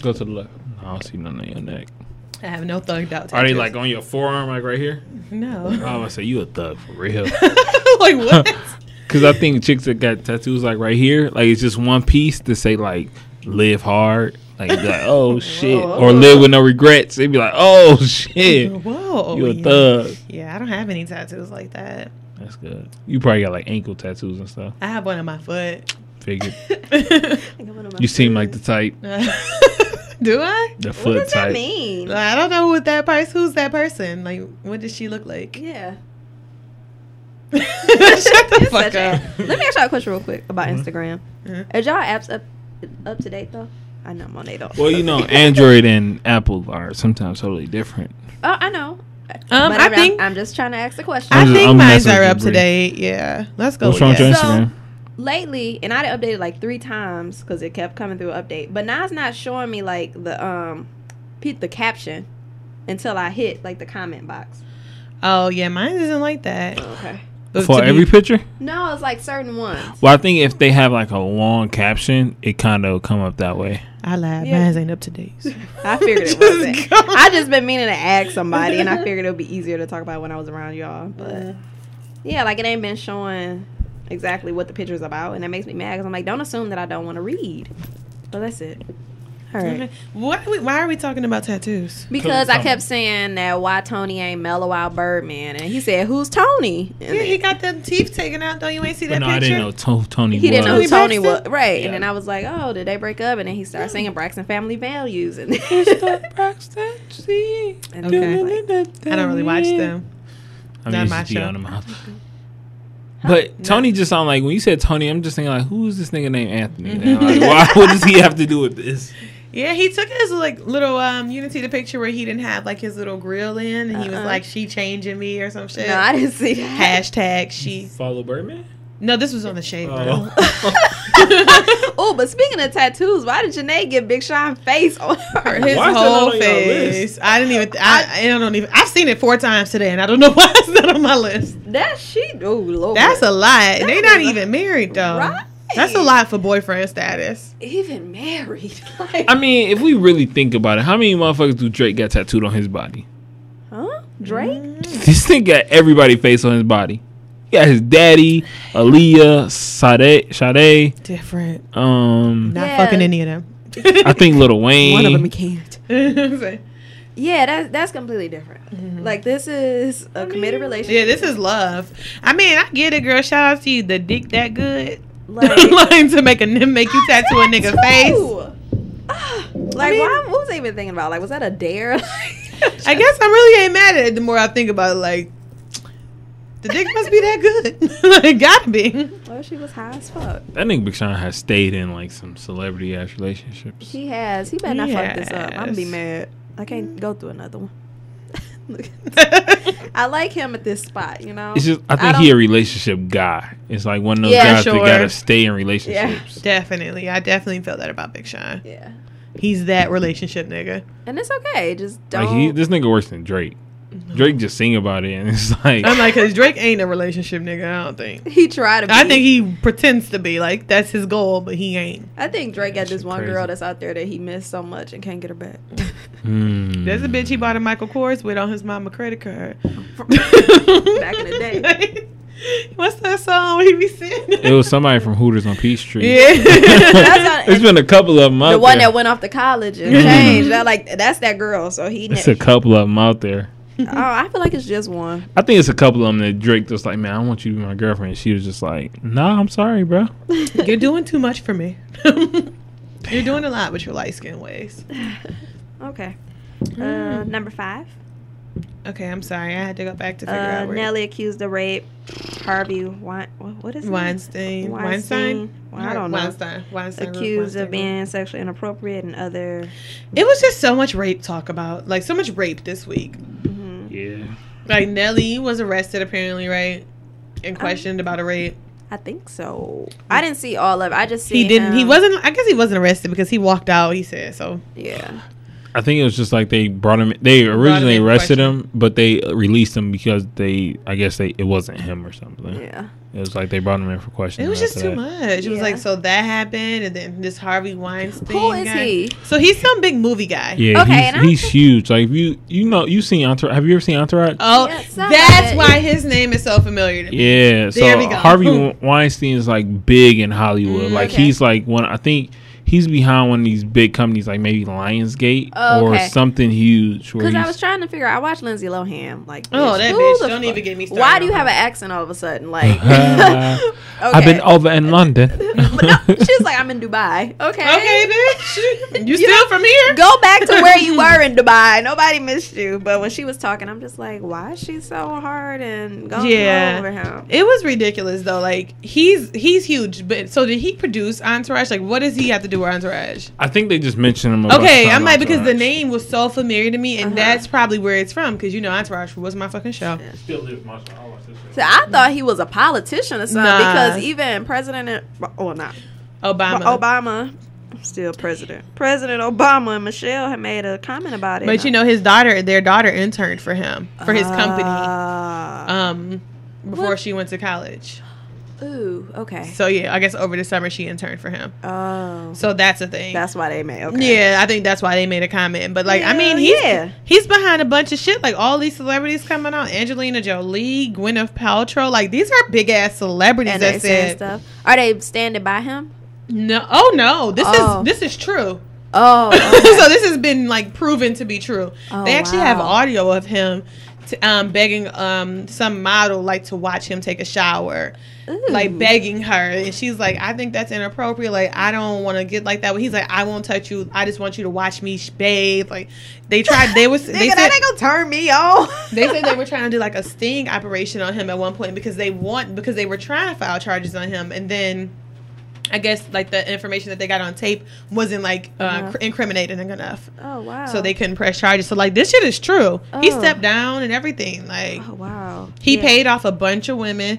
Go to the left. I don't see none on your neck. I have no thugged out. Are they tattoos. like on your forearm, like right here? Oh, no? I would say you a thug for real. like what? Cause I think chicks that got tattoos like right here, like it's just one piece to say like live hard, like, it's like oh shit, or live with no regrets. It'd be like oh shit, Oh, Whoa. you a yeah. thug. Yeah, I don't have any tattoos like that. That's good. You probably got like ankle tattoos and stuff. I have one on my foot. Figured Like, what am I- you seem like the type, Do I? the What foot does type. that mean? I don't know what that person. Who's that person? Like, what does she look like? yeah. Shut the You're fuck Mm-hmm. such a- up. Let me ask y'all a question real quick about Instagram. Mhm. Is y'all apps up up to date though? I know Monet don't. Well, you know, Android and Apple are sometimes totally different. Oh, I know. Um, But I I'm- think- I'm just trying to ask a question. I I'm just- think I'm mine's messing are with up you, to Bree. date. Yeah, let's go. Oh, What's with wrong with your that. So- Instagram? Lately, and I updated like three times because it kept coming through an update. But now it's not showing me like the um, pe- the caption until I hit like the comment box. Oh yeah, mine isn't like that. Okay. But For to be- every picture? No, it's like certain ones. Well, I think if they have like a long caption, it kind of come up that way. I lied. Yeah. Mine ain't up to date. I figured it Just wasn't. go. I just been meaning to ask somebody, and I figured it would be easier to talk about when I was around y'all. But yeah, like it ain't been showing exactly what the picture's about, and that makes me mad because I'm like, don't assume that I don't want to read. But that's it. All right. Why, are we, why are we talking about tattoos? Because I Tony. kept saying that why Tony ain't mellow out Birdman, and he said, "Who's Tony?" And Yeah, then- he got them teeth taken out. Don't you ain't see But that no, I picture? didn't know To- Tony he didn't know who was. Tony Tony was, Braxton? right? Yeah. And then I was like, "Oh, did they break up?" And then he started singing Braxton Family Values, and and then I was like, I don't really watch them. I Not mean, my just be show. on the mouth. But Tony just sound like when you said Tony, I'm just thinking like, who's this nigga named Anthony? And Mm-hmm. I'm like, why? What does he have to do with this? Yeah, he took his like little um. You didn't see the picture where he didn't have like his little grill in, and he was Uh-uh. like, "She changing me" or some shit. "No, I didn't see that." Hashtag she. Follow Birdman. No, this was on the shade Oh. room. Oh, but speaking of tattoos, why did Janae get Big Sean face on her? His Why is that not whole on your face. I didn't even. I, I don't even. I've seen it four times today, and I don't know why it's not on my list. that she, oh lord, That's a lot. They not is a- even married though. Right. That's a lot for boyfriend status. even married. Like, I mean, if we really think about it, how many motherfuckers do Drake got tattooed on his body? huh? Drake? Mm-hmm. This thing got everybody face on his body. He got his daddy, Aaliyah, Sade, Sade. Different. Um, Not Yeah. fucking any of them. I think Little Wayne. One of them he can't. yeah, Yeah, that's that's completely different. Mm-hmm. Like this is a committed relationship. this is love. I mean, I get it, girl. Shout out to you. The dick that good. Like, like to make a make you tattoo a nigga face. Ooh. Ah, Like, why? What was I even thinking about? Like, was that a dare? I guess I really ain't mad at it. The more I think about it, like The dick must be that good. it gotta be. Well, she was high as fuck. That nigga Big Sean has stayed in like some celebrity ass relationships. He has. He better not fuck this up. I'm gonna be Yes. Mm. mad. I can't go through another one. Look. I like him at this spot, you know. It's just I think don't- he a relationship guy. It's like one of those Yeah, guys sure. that gotta stay in relationships. Definitely. I definitely feel that about Big Sean. yeah, He's that relationship nigga. and it's okay. Just don't. Like he, this nigga worse than Drake. Drake just sing about it, and it's like I'm like, cause Drake ain't a relationship nigga, I don't think. he tried to. Be. I think he pretends to be, like that's his goal, but he ain't. I think Drake got That this shit one crazy. girl that's out there that he missed so much and can't get her back. hmm. There's a bitch he bought a Michael Kors with on his mama credit card. Back in the day. What's that song he be singing? It was somebody from Hooters on Peachtree. yeah. That's how- it's been a couple of them out the one there. that went off to college and Mhm. changed. I like that's that girl. So he. Ne- it's a couple of them out there. oh, I feel like it's just one. I think it's a couple of them that Drake was like, "Man, I want you to be my girlfriend." And she was just like, "Nah, I'm sorry, bro." You're doing too much for me. You're doing a lot with your light skin ways. Okay. Mm. Uh, number five. Okay, I'm sorry. I had to go back to figure Uh, out where Nelly accused of rape. Harvey Wein- what what is his name? Weinstein. Weinstein. Well, I don't know. Weinstein. Weinstein. Accused of Weinstein. being sexually inappropriate and other. It was just so much rape talk about, like so much rape this week. Mhm. Yeah, Like Nelly was arrested apparently, right? And questioned about a rape. I think so. I didn't see all of. it. I just um, see He didn't. He him. wasn't. I guess he wasn't arrested because he walked out. He said so. Yeah. I think it was just like they brought him. They him originally in arrested question. him, but they released him because they, I guess they, it wasn't him or something. Yeah. It was like they brought him in for questioning. It was just after too that. much. It was like Oh, Yeah. so that happened, and then this Harvey Weinstein. Who is guy. he? So he's some big movie guy. Yeah, Okay, and I he's, he's huge. Like if you, you know, you seen Entourage? Have you ever seen Entourage? Oh, Yeah, some of that's it. why his name is so familiar to me. Yeah, There we so go. Harvey Weinstein's Weinstein is like big in Hollywood. Mm, like okay. he's like one. I think he's behind one of these big companies, like maybe Lionsgate Oh, or okay. something huge. Where Because he's, I was trying to figure out. I watched Lindsay Lohan. Like, Oh, bitch, that who bitch! the Don't fuck- even get me started. Why do you on have an accent all of a sudden? Like, I've been okay. over in London. but no, she's like, I'm in Dubai. Okay. her. Okay, bitch. You You still from here? Go back to where you were in Dubai. Nobody missed you. But when she was talking, I'm just like, why is she so hard and going Yeah. over him? It was ridiculous though. Like he's he's huge, but so did he produce Entourage? Like what does he have to do with Entourage? I think they just mentioned him. a bunch of Okay, times I'm like because the Entourage. name was so familiar to me, and Uh-huh. that's probably where it's from. Because you know Entourage was my fucking show. So I thought he was a politician or something Nah. because even President, oh, not Obama. Obama, still president. President Obama and Michelle had made a comment about it. But you know his daughter, their daughter interned for him for his company. Ah. Um. Before What? she went to college, ooh, okay. Uh, so yeah, I guess over the summer she interned for him. Oh, So that's a thing. that's why they made. Okay. Yeah, I think that's why they made a comment. But like, I Yeah, mean, he's yeah. he's behind a bunch of shit. Like all these celebrities coming out: Angelina Jolie, Gwyneth Paltrow. Like these are big ass celebrities. And they that saying said, stuff. Are they standing by him? no, oh no, this Oh. is this is true. Oh, so this has been like proven to be true. Oh, they actually have wow. audio of him. t um, begging um, some model like to watch him take a shower, Ooh. like begging her, and she's like, "I think that's inappropriate. Like, I don't want to get like that." But he's like, "I won't touch you. I just want you to watch me sh- bathe." Like, they tried. They was. they Nigga, said that ain't gonna turn me on. they said they were trying to do like a sting operation on him at one point because they want because they were trying to file charges on him and then I guess like the information that they got on tape wasn't like uh, Uh-huh. cr- incriminating enough, Oh wow. so they couldn't press charges. So like this shit is true. He Oh. stepped down and everything. Like Oh wow. he Yeah. paid off a bunch of women,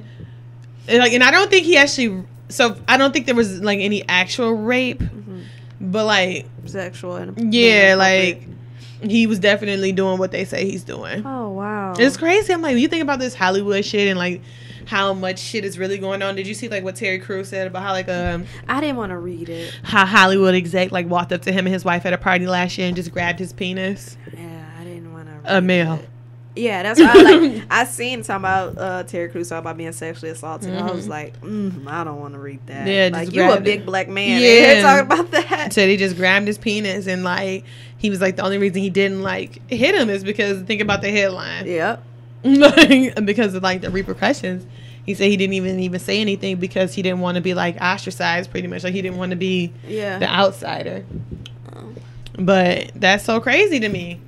and, like and I don't think he actually. So I don't think there was like any actual rape, Mm-hmm. but like sexual and yeah, like inappropriate. he was definitely doing what they say he's doing. Oh wow. It's crazy. I'm like, when you think about this Hollywood shit and like how much shit is really going on. Did you see like what Terry Crews said about how like um I didn't want to read it. how Hollywood exec like walked up to him and his wife at a party last year and just grabbed his penis? Yeah, I didn't want to. A male. Yeah, that's why. I, like I seen something about uh, Terry Crews talking about being sexually assaulted. and I was like, mm, I don't want to read that. Mm-hmm. Yeah, like just you grab a it. big black man. Yeah, Yeah. talking about that. Said he just grabbed his penis and like he was like the only reason he didn't like hit him is because think about the headline. Yep. Like, because of like the repercussions. He said he didn't even even say anything because he didn't want to be like ostracized pretty much. Like he didn't want to be the Yeah. outsider. But that's so crazy to me.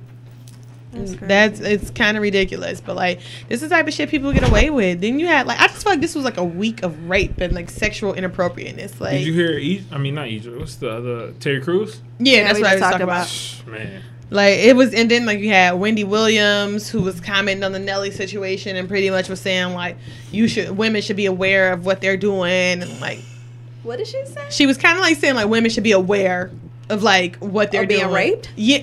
That's it's kind of ridiculous, but like this is the type of shit people get away with. Then you had like I just feel like this was like a week of rape and like sexual inappropriateness. Like Did you hear? E- I mean, not Egypt. What's the other Terry Crews? yeah, Yeah, that's we what I was just talking talked about. about- Man, Like it was, and then like you had Wendy Williams who was commenting on the Nelly situation and pretty much was saying like you should women should be aware of what they're doing and like What did she say? she was kind of like saying like women should be aware of like what they're Of being doing. raped? Yeah,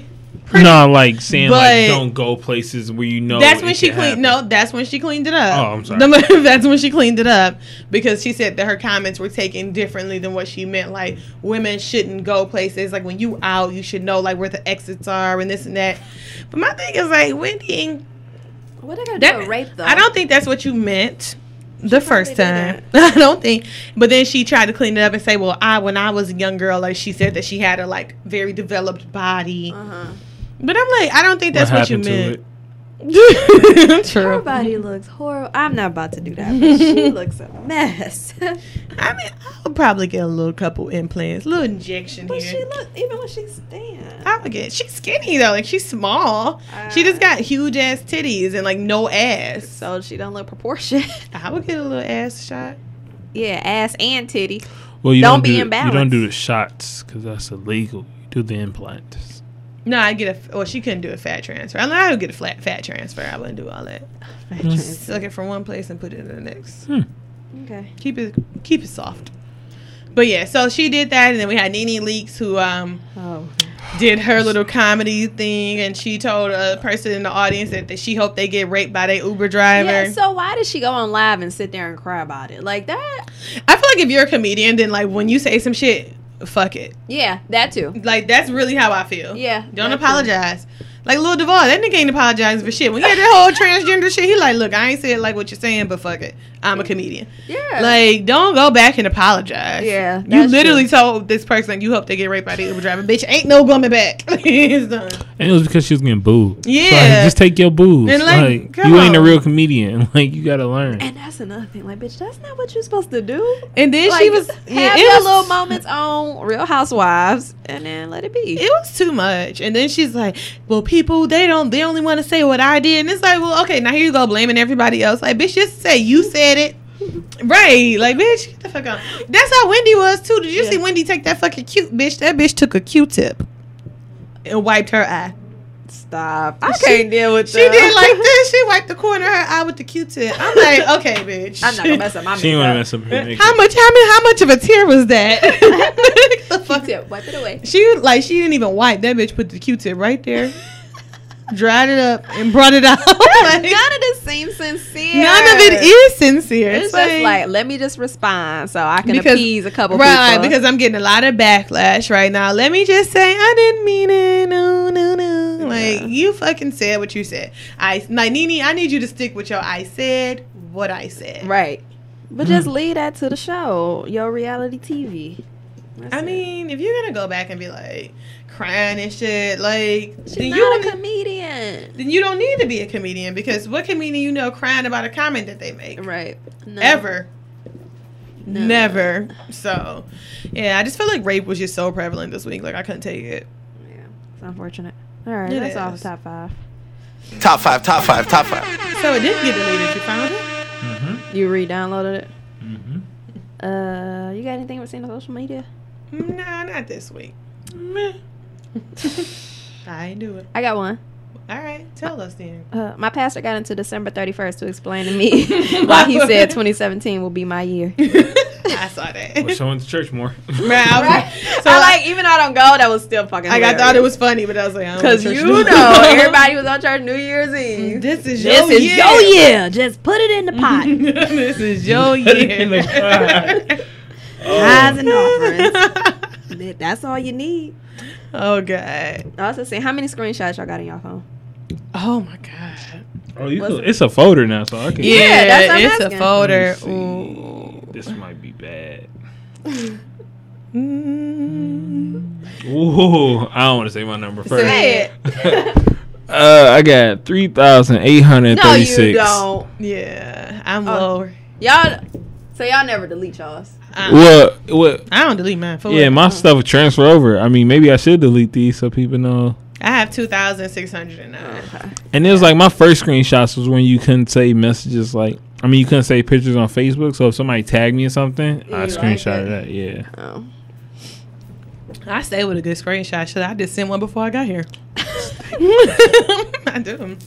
no, like saying But- like don't go places where you know. that's Oh, it when she could cleaned. No, happen. that's when she cleaned it up. Oh, I'm sorry. The- that's when she cleaned it up because she said that her comments were taken differently than what she meant. Like women shouldn't go places. Like when you out, you should know like where the exits are and this and that. But my thing is like Wendy ain't What did I do? That- with rape though. I don't think that's what you meant the first time. probably I don't think. But then she tried to clean it up and say, "Well, I when I was a young girl, like she said that she had a like very developed body." Uh huh. But I'm like, I don't think that's what, you happened to meant. it? Her True. body looks horrible. I'm not about to do that. But she looks a mess. I mean, I'll probably get a little couple implants, little injection but she here. look even when she stands. I forget. She's skinny though. Like she's small. she Uh. just got huge ass titties and like no ass. So she don't look proportioned. I would get a little ass shot. yeah, ass and titty. Well, you don't, Don't be do, imbalanced. You don't do the shots because that's illegal. You do the implants. No, I get a. Well, she couldn't do a fat transfer. I know I would get a flat fat transfer. I wouldn't do all that. Suck it from one place and put it in the next. Okay. Keep it keep it soft. But yeah, so she did that, and then we had Nene Leaks who um Oh. did her little comedy thing, and she told a person in the audience that, that she hoped they get raped by their Uber driver. Yeah, so why did she go on live and sit there and cry about it? Like that? I feel like if you're a comedian, then like when you say some shit, fuck it. Yeah, that too. Like that's really how I feel. Yeah, Don't that too. apologize. Like Lil Duval, that nigga ain't apologizing for shit. When he had that whole transgender shit, he like, look, I ain't said like what you're saying, but fuck it, I'm a comedian. Yeah. Like, don't go back and apologize. Yeah, You that's literally told this person like, you hope they get raped by the Uber driver. Bitch, ain't no coming back. it's done. And it was because she was getting booed. So, like, Yeah. just take your booze. And, like, like, come you ain't a on. real comedian. Like you gotta learn. and that's another thing. Like, bitch, that's not what you're supposed to do. And then Like, she was yeah, have it your was- little moments on Real Housewives, and then let it be. It was too much. And then she's like, Well, people, they don't they only want to say what I did. And it's like, well, okay, now here you go blaming everybody else. Like, bitch, just say you said it. Right. Like, bitch, get the fuck on. That's how Wendy was too. Did you Yeah. see Wendy take that fucking cute bitch? That bitch took a Q tip and wiped her eye. Stop. I She- can't deal with She the- did like this. She wiped the corner of her eye with the Q tip. I'm like, okay, bitch. I'm not gonna mess up my she didn't want to mess up her How makeup. much how many, how much of a tear was that? Get the fuck Q-tip. Wipe it away. She like she didn't even wipe. That bitch put the Q-tip right there, dried it up, and brought it out. Like, None of this seems sincere. none of it is sincere. It's just like let me just respond so I can Because- appease a couple right people. because I'm getting a lot of backlash right now. Let me just say I didn't mean it. No, no, no. Like Yeah. you fucking said what you said. I like Nene. I need you to stick with your I said what I said. right, but just Mm-hmm. leave that to the show, your reality TV. That's I it. mean, if you're gonna go back and be like crying and shit, like she's then not you a don't- comedian, then you don't need to be a comedian because what comedian you know crying about a comment that they make? right? No. ever. No. Never. So, yeah, I just feel like rape was just so prevalent this week. Like, I couldn't take it. Yeah, it's unfortunate. All right, It that's all the is. top five. Top five, top five, top five. So, it did get deleted. You found it? You re-downloaded it. Mhm. Uh, you got anything we've seen on social media? Mm, Nah, not this week. I ain't do it. I got one. All right, tell us then. Uh, my pastor got into December 31st to explain to me why he said 2017 will be my year. I saw that. We're showing the church more. Right, I was- Right? So, I like, like, even though I don't go, that was still fucking. I got thought it was funny, but I was like, I don't because know what you church know do. everybody was on church New Year's Eve. This is This your is year. your year. Just put it in the pot. this is your Put it in the year. Tithes and offerings. That- That's all you need. oh god. I also saying, how many screenshots y'all got in y'all phone? Oh my god. Oh, you What's could, it's a folder now, so I can. Yeah, that's what I'm it's a asking. folder. Let me see. Ooh. This might be bad. Mm. Ooh, I don't want to say my number first. Say Uh, I got three thousand eight hundred No, thirty-six. you don't. Yeah, I'm Oh. lower. Y'all. So y'all never delete y'all's. I, What? What? I don't delete mine. For Yeah, what? my stuff transfer over. I mean, maybe I should delete these so people know I have two thousand six hundred and nine. And it was like my first screenshots was when you couldn't save messages like I mean you couldn't save pictures on Facebook, so if somebody tagged me or something, I You screenshot like that, yeah. Oh. I stay with a good screenshot. Should I just send one before I got here? I do.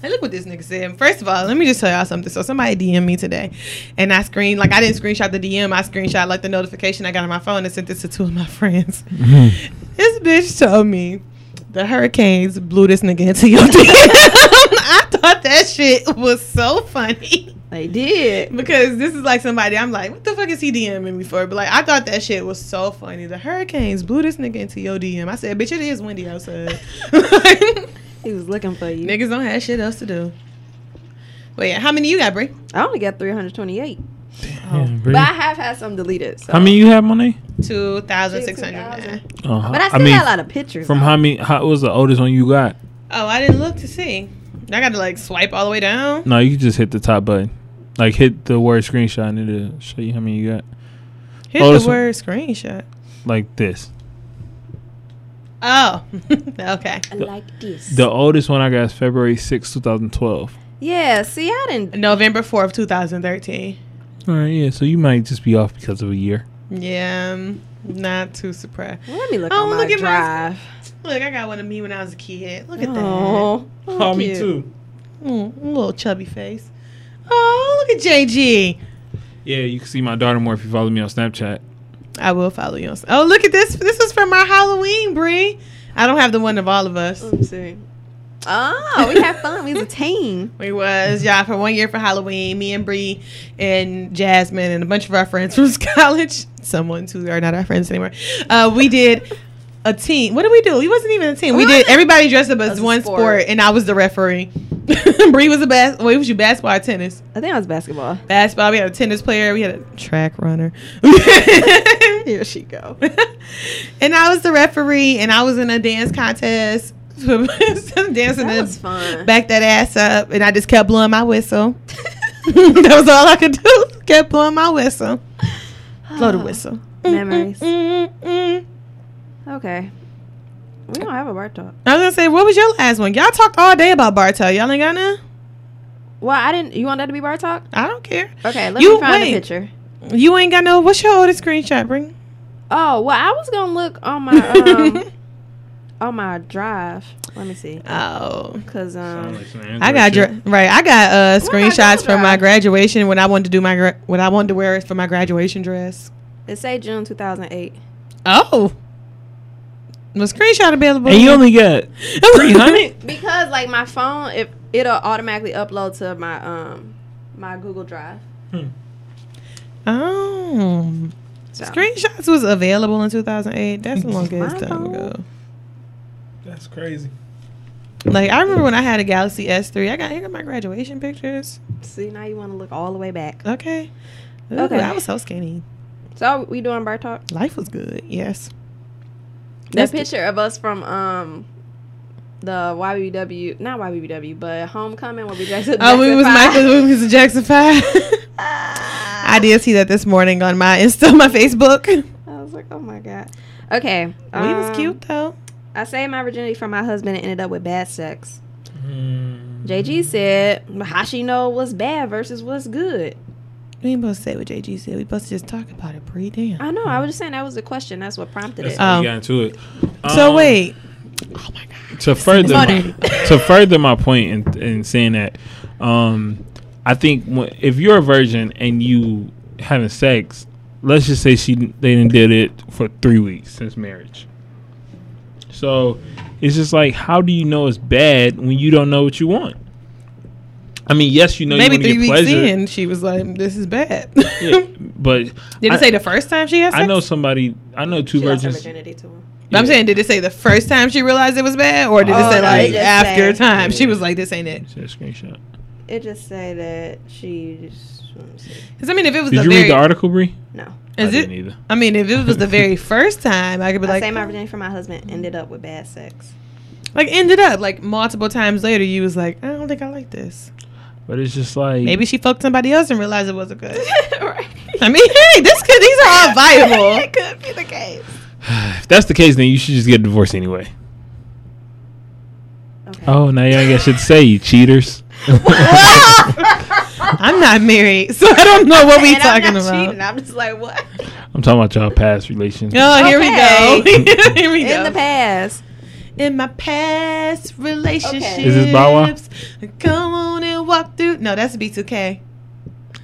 Hey, look what this nigga said. First of all, let me just tell y'all something. So somebody DM me today, and I screen like I didn't screenshot the DM. I screenshot like the notification I got on my phone and sent this to two of my friends. this bitch told me the hurricanes blew this nigga into your DM. I thought that shit was so funny They did. because this is like somebody I'm like, what the fuck is he DMing me for? But like, I thought that shit was so funny. The hurricanes blew this nigga into your DM. I said, bitch, it is windy outside. He was looking for you. Niggas don't have shit else to do. But yeah, how many you got, Brie? I only got 328. Yeah, Oh. But Bree. I have had some deleted. So. how many you have money? Two thousand six hundred. 2,000. Uh, But I still got a lot of pictures. from how many? How what was the oldest one you got? Oh, I didn't look to see. I got to like swipe all the way down. No, you just hit the top button, like hit the word screenshot, and it'll show you how many you got. Hit Oh, the this one. word screenshot. Like this, Oh, okay. like this. the oldest one I got is February sixth, two thousand twelve. yeah, see, I didn't. November fourth, two thousand thirteen. All right, yeah. So you might just be off because of a year. Yeah, I'm not too surprised. Well, let me look Oh, on my look at my- drive. Look, I got one of me when I was a kid. Look at Oh, Oh, cute. that. Mm, little chubby face. Oh, look at JG. Yeah, you can see my daughter more if you follow me on Snapchat. I will follow you. On, oh, look at this. This is from our Halloween, Bree. I don't have the one of all of us. Let me see. Oh, we had fun. We was a team. We was y'all for one year for Halloween. Me and Bree and Jasmine and a bunch of our friends from college. Someone who are not our friends anymore. Uh, we did a team. What did we do? We wasn't even a team. We did everybody dressed up As as a one sport. sport. and I was the referee. Bree was the best. Wait, was you basketball or tennis? I think I was basketball. basketball. We had a tennis player. We had a track runner. Here she go. and I was the referee, and I was in a dance contest, dancing That to was fun. back that ass up, and I just kept blowing my whistle. that was all I could do. Kept blowing my whistle. Blow the whistle. Memories. Mm-mm. Okay. We don't have a bar talk. I was gonna say, what was your last one? Y'all talked all day about Bartel. Y'all ain't got none. Well, I didn't. You want that to be bar talk? I don't care. Okay, let You- me find wait. a picture. You ain't got no. What's your oldest screenshot? Bring. Oh well, I was gonna look on my um on my drive. Let me see, Oh. cause um I got dr- right. I got uh, Where my screenshots from my drive? graduation when I wanted to do my gra- what I wanted to wear is for my graduation dress. it say June two thousand eight. Oh, was screenshot available? And you only got three hundred. Because like my phone, if it'll automatically upload to my um my Google Drive. oh, So. screenshots was available in 2008. That's the longest My time phone. ago. That's crazy. Like I remember when I had a Galaxy S3. I got here got my graduation pictures. See now you want to look all the way back. Okay. Ooh, Okay. I was so skinny. So we doing bar talk. Life was good. Yes. That That's the- picture of us from um. The YBW, not YBW, but homecoming where we dressed up. Oh, we was Jackson Michael. five. We was Jackson Five. Ah. I did see that this morning on my Insta, my Facebook. I was like, oh my god. Okay, We was um, cute though. I saved my virginity from my husband and ended up with bad sex. JG said, "How she know what's bad versus what's good?" We ain't supposed to say what JG said. We supposed to just talk about it pre damn. I know. I was just saying that was the question. That's what prompted it. That's how Oh. we got into it. So Um, wait, to further Funny. my, to further my point in, in saying that um i think when, if you're a virgin and you having sex let's just say she they didn't did it for three weeks since marriage so it's just like how do you know it's bad when you don't know what you want i mean yes you know maybe you three want weeks to get pleasure in, she was like, "This is bad." Yeah, but did I, it say the first time she had sex? I know somebody i know two she lost her virgins virginity to him. But I'm yeah. saying, did it say the first time she realized it was bad, or did Oh, it say no, it like just after say- time she Yeah. was like, "This ain't it"? Is that a screenshot It just say that she. Just, let me see. Because I mean, if it was did the you very, read the article Bree? No, I is didn't it? either I mean, if it was the very first time, I could be I like, saved my virginity from my husband. Ended up with bad sex. like ended up like multiple times later, you was like, "I don't think I like this." but it's just like Maybe she fucked somebody else and realized it wasn't good. right. I mean, hey, this could these are all viable. it could be the case. If that's the case, then you should just get a divorce anyway. Oh, now you ain't got shit to say, you cheaters. I'm not married, so I don't know what we And talking I'm not about. cheating. I'm just like, what? I'm talking about y'all past relations. Oh, here we go. Okay. here we go. In the past. in my past relationships. Is this Bow Wow? Come on and walk through. No, that's B2K.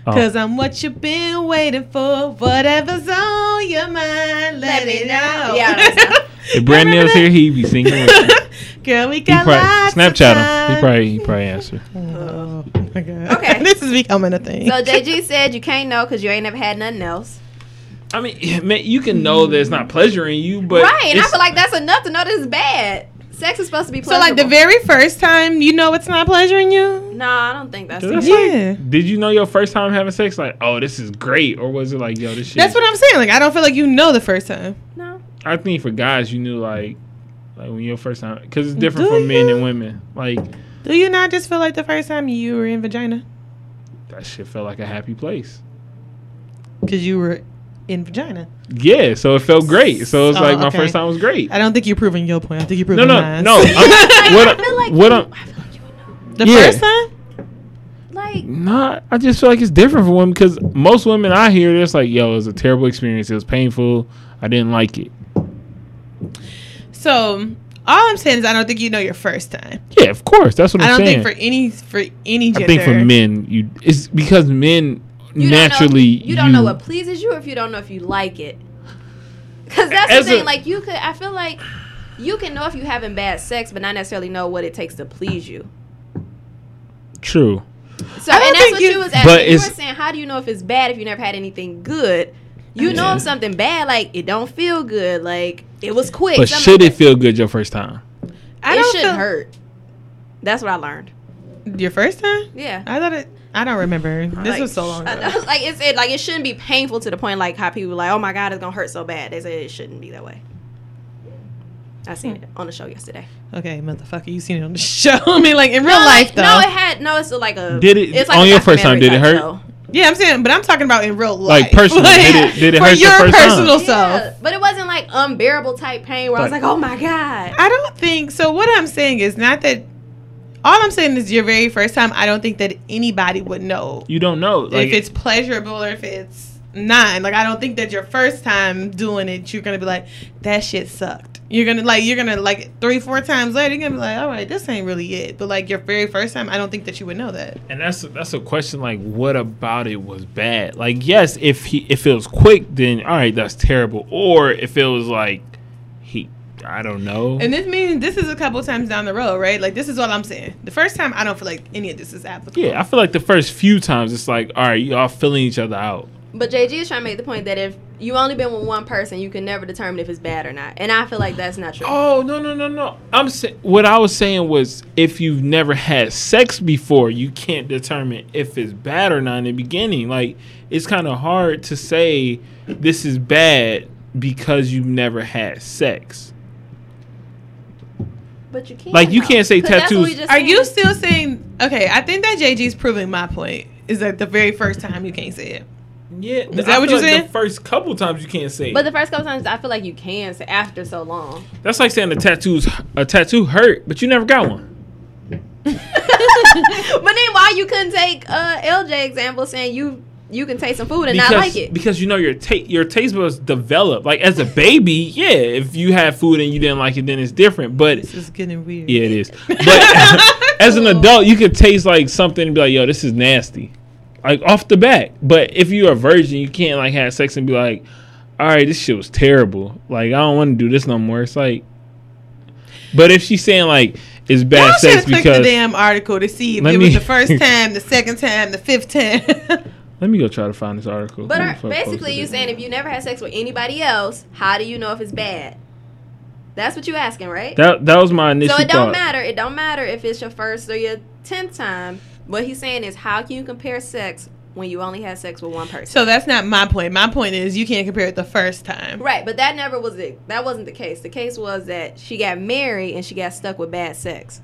Oh. Cause I'm what you've been waiting for. Whatever's on your mind, let, Let it me know. know. Yeah, that's- If Brandon's here, he be singing. with you. Girl, we He got probably lots of Snapchat him. time. He probably he probably answered. Oh my god. Okay. this is becoming a thing. So JG said you can't know because you ain't never had nothing else. I mean, man, you can know that it's not pleasuring you, but right, and I it's- feel like that's enough to know this is bad. Sex is supposed to be So pleasurable. like the very first time you know it's not pleasuring you? No, I don't think that's. Dude, that's enough. like- Yeah. did you know your first time having sex? Like, oh, this is great, or was it like, yo, this shit? That's what I'm saying. Like I don't feel like you know the first time. No. I think for guys, you knew like, like when your first time, because it's different Do for men you? and women. Like Do you not just feel like the first time you were in vagina? that shit felt like a happy place. Because you were in vagina. Yeah, so it felt great. So it's Oh, like my okay. first time was great. I don't think you're proving your point. I think you're No, proving no, mine. no. I'm- what? I feel like I'm- What? I'm the yeah. first time? Like Nah, I just feel like it's different for women because most women I hear, they're just like, yo, it was a terrible experience. It was painful. I didn't like it. So all I'm saying is I don't think you know your first time. Yeah, of course. That's what I I'm don't saying. think for any for any gender. I think for men, you it's because men you naturally don't know, you don't know what pleases you if you don't know if you like it. Because that's As the thing. a- like you could, I feel like you can know if you're having bad sex, but not necessarily know what it takes to please you. true. So I don't and think that's what you- you, was asking. But you were it's- saying, how do you know if it's bad if you never had anything good? You know Yeah. if something bad, like it don't feel good, like it was quick. But something should like it feel good your first time? I that. it don't shouldn't feel- hurt. That's what I learned. your first time. Yeah. I thought it. I don't remember. This Like, was so long I ago. know, like it said, like it shouldn't be painful to the point like how people like, oh my god, it's gonna hurt so bad. They said it shouldn't be that way. I seen it on the show yesterday. Okay, motherfucker, you seen it on the show. I mean, like in real no, life like, though. No, it had no. It's like a. Did it- it's like on a your first time, did it documentary hurt? type show. yeah, I'm saying, but I'm talking about in real life. personally, did it- did it for hurt the your first time? personal self? Yeah, but it wasn't like unbearable type pain where I was Like- like, oh my god. I don't think so. What I'm saying is not that. All I'm saying is your very first time. I don't think that anybody would know You don't know. Like, if it's pleasurable or if it's not. Like I don't think that your first time doing it, you're gonna be like, that shit sucked. You're gonna like you're gonna like three, four times later, you're gonna be like, all right, this ain't really it. But like your very first time, I don't think that you would know that. and that's that's a question. Like, what about it was bad? Like, yes, if he if it was quick, then all right, that's terrible. Or if it was like he, I don't know. And this means this is a couple times down the road, right? Like this is all I'm saying. The first time, I don't feel like any of this is applicable. yeah, I feel like the first few times it's like, all right, y'all feeling each other out. But JG is trying to make the point that if you only been with one person, you can never determine if it's bad or not. And I feel like that's not true. Oh no no no no! I'm sa- what I was saying was if you've never had sex before, you can't determine if it's bad or not in the beginning. Like it's kind of hard to say this is bad because you've never had sex. but you can't. Like, you though. can't say 'Cause that's what tattoos- we just Are said. you still saying okay? I think that JG's proving my point. Is that the very first time you can't say it? Yeah, Is that what you said? saying? The first couple times you can't say. it. But the first couple times, I feel like you can say after so long. That's like saying the tattoos a tattoo hurt, but you never got one. But then why you couldn't take uh, LJ example saying you you can taste some food and Because, not like it? because you know your ta- your taste buds develop. Like as a baby, yeah, if you had food and you didn't like it, then it's different. But This is getting weird. Yeah, it is. But as an adult, you could taste like something and be like, "Yo, this is nasty," like off the bat. But if you're a virgin, you can't like have sex and be like, "All right, this shit was terrible. Like, I don't want to do this no more." It's like, but if she's saying like it's bad Y'all should sex have clicked the because damn article to see if Let it me- was the first time, the second time, the fifth time. let me go try to find this article. But Who are, the fuck basically, posted you it? saying if you never had sex with anybody else, how do you know if it's bad? That's what you asking, right? that that was my initial so it don't thought. matter. It don't matter if it's your first or your tenth time. What he's saying is, how can you compare sex when you only had sex with one person? so that's not my point. My point is you can't compare it the first time. Right, but that never was it. That wasn't the case. The case was that she got married and she got stuck with bad sex.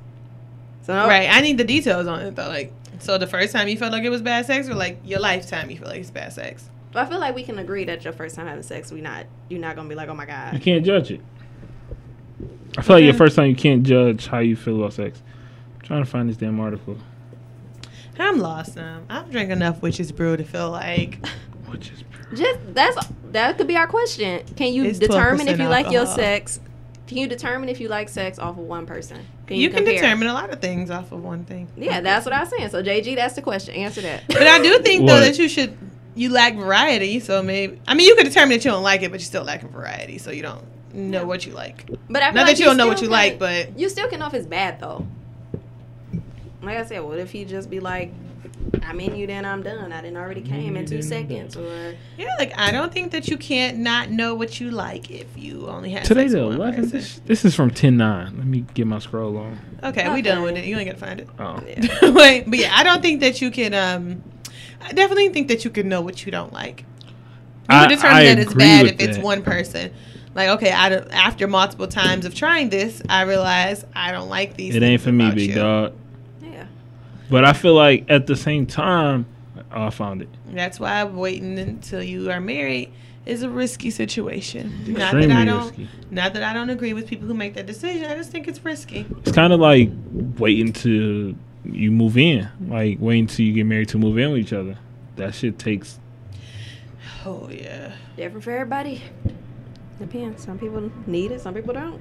So Right. I need the details on it though. Like, so the first time you felt like it was bad sex, or like your lifetime you feel like it's bad sex. I feel like we can agree that your first time having sex, we not you're not gonna be like, oh my You god. can't judge it. I feel like your first time you can't judge how you feel about sex. Trying to find this damn article. I'm lost now. I've drank enough witch's brew to feel like Which is Just that's that could be our question. Can you It's determine if 12% you like your alcohol. sex? Can you determine if you like sex off of one person? you, can compare? determine a lot of things off of one thing. Yeah, that's what I'm saying. So JG, that's the question. Answer that. But I do think though What? that you should you lack variety, so maybe I mean you could determine that you don't like it, but you still lack variety, so you don't know what you like. But I feel Not that you don't know what still you like, can- but- you still can know if it's bad though. Like I said, what if he just be like, "I'm in you, then I'm done. I didn't already came in two seconds." Or Yeah, like I don't think that you can't not know what you like if you only have Today's sex the with one 11th. person. This, this is from 10 9. Let me get my scroll on. Okay, we done with it. You ain't gonna find it. Oh. Wait, but yeah, I don't think that you can. Um, I definitely think that you can know what you don't like. You I- can determine I that it's agree bad with if it's that. one person. Like, okay, I don't, after multiple times of trying this, I realize I don't like these. It ain't things for me, about big you. dog. yeah, But I feel like at the same time, oh, I found it. That's why waiting until you are married is a risky situation. Not that I Extremely don't. risky. Not that I don't agree with people who make that decision. I just think it's risky. It's kind of like waiting till you move in, like waiting till you get married to move in with each other. That shit takes. Oh yeah. different for everybody. Depends. Some people need it. Some people don't.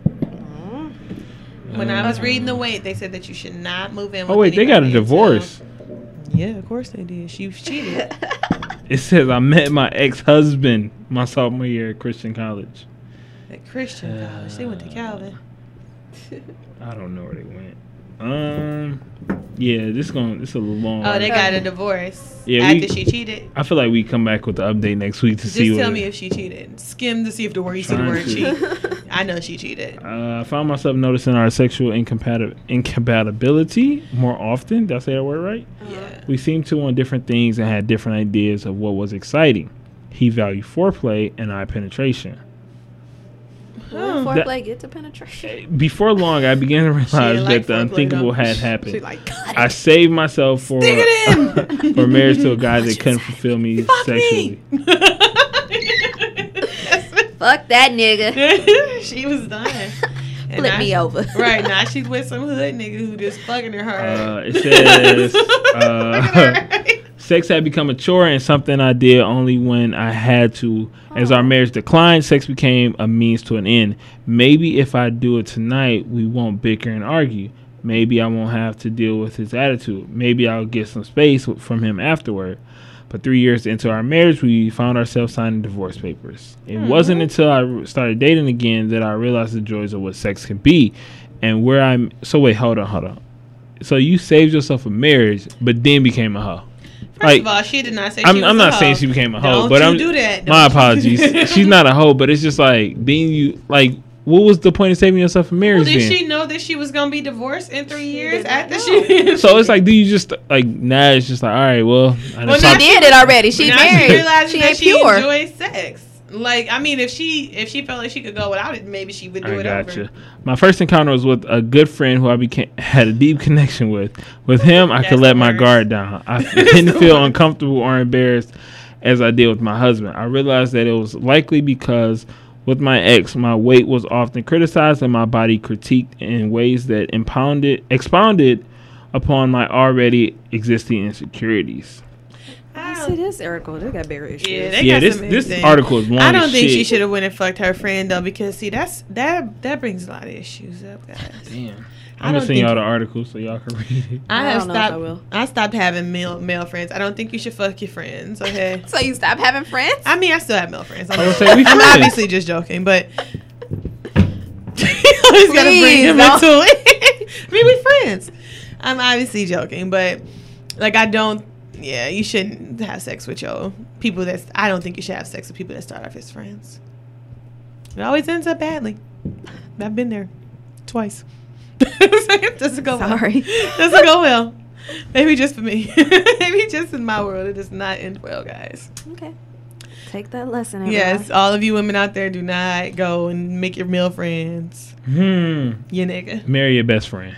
When I was reading the wait, they said that you should not move in. Oh with wait, they got a anybody until- divorce. Yeah, of course they did. She cheated. It says I met my ex-husband my sophomore year at Christian college. At Christian college, they went to Calvin. I don't know where they went. Um, yeah, this going this a long. Oh, they article. got a divorce Yeah, after we- she cheated. I feel like we come back with the update next week to Just see. tell what- me if she cheated. Skim to see if the word you see the Trying word to. cheat. I know she cheated. Uh, I found myself noticing our sexual incompatib- incompatibility more often. Did I say that word right? Yeah. We seemed to want different things and had different ideas of what was exciting. He valued foreplay and I penetration. Will Huh. foreplay get to penetration. Before long, I began to realize She didn't that like the foreplay, unthinkable though. had She happened. like, I saved myself for dig it in. for marriage to a guy that couldn't fulfill me Fuck sexually. me. That's what- Fuck that nigga. she was done. And Flip now me she- over. Right now, she's with some hood nigga who just fucking her hard. Uh, it says, uh, Fucking her. Sex had become a chore and something I did only when I had to. As our marriage declined, sex became a means to an end. Maybe if I do it tonight, we won't bicker and argue. Maybe I won't have to deal with his attitude. Maybe I'll get some space w- from him afterward. But three years into our marriage, we found ourselves signing divorce papers. It wasn't until I r- started dating again that I realized the joys of what sex can be and where I'm. So, wait, hold on, hold on. So, you saved yourself a marriage, but then became a hoe. First of all, she did not say. I'm, she I'm was a not hoe. saying she became a hoe, Don't but you I'm do that. my Don't you- apologies. She's not a hoe, but it's just like being you. Like, what was the point of saving yourself from Well, marriage? did then? she know that she was gonna be divorced in three did years not after know. she? so it's like, do you just like now? It's just like, all right, well, I just Well, now She talked- did it already. She now married. she realized she that ain't she pure. enjoys sex. Like, I mean, if she if she felt like she could go without it, maybe she would do I it gotcha. over. My first encounter was with a good friend who I became had a deep connection with. With him, I That's could let my the guard down. I didn't feel uncomfortable or embarrassed as I did with my husband. I realized that it was likely because with my ex, my weight was often criticized and my body critiqued in ways that impounded expounded upon my already existing insecurities. I See don't- this, Erica. They got bigger issues. Yeah, they yeah, got this some this things. article is long. I don't think she should. should have went and fucked her friend though, because see, that's that that brings a lot of issues up, guys. Damn. I I'm gonna don't send think- y'all the article so y'all can read it. I, I have don't know if I stopped. I, will. stopped having male male friends. I don't think you should fuck your friends. Okay. So you stop having friends? I mean, I still have male friends. I'm, I would say we I'm friends. obviously just joking, but he's gonna bring Please, him no. into it. I mean, we friends. I'm obviously joking, but like I don't. Yeah, you shouldn't have sex with your people. That's I don't think you should have sex with people that start off as friends. It always ends up badly. I've been there twice. doesn't go Sorry. well. Doesn't go well. Maybe just for me. Maybe just in my world, it does not end well, guys. Okay. Take that lesson. Yes, all of you women out there, do not go and make your male friends. Hmm. You nigga. Marry your best friend.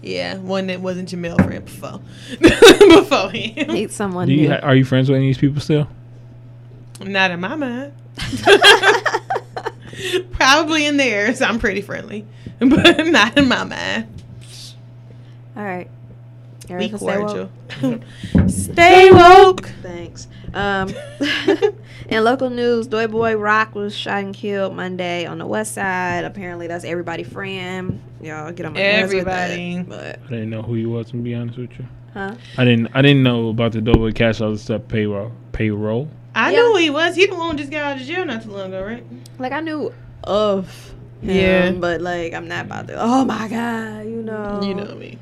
Yeah, one that wasn't your male friend before. before everyone. him. Meet someone Do you new. ha- are you friends with any of these people still? Not in my mind. Probably in theirs. I'm pretty friendly, but not in my mind. All right. Be Erica, stay woke. cordial. Stay woke. Thanks. Um, in local news, Doy Boy Rock was shot and killed Monday on the West Side. Apparently, that's everybody friend. Y'all get on my nerves with that, Everybody. But I didn't know who he was. To be honest with you, huh? I didn't. I didn't know about the double cash out stuff payroll. Payroll. I Yeah. knew he was. He the one who just got out of jail not too long ago, right? Like I knew of. Him, Yeah. but like I'm not about to. Oh my god, you know, You know me.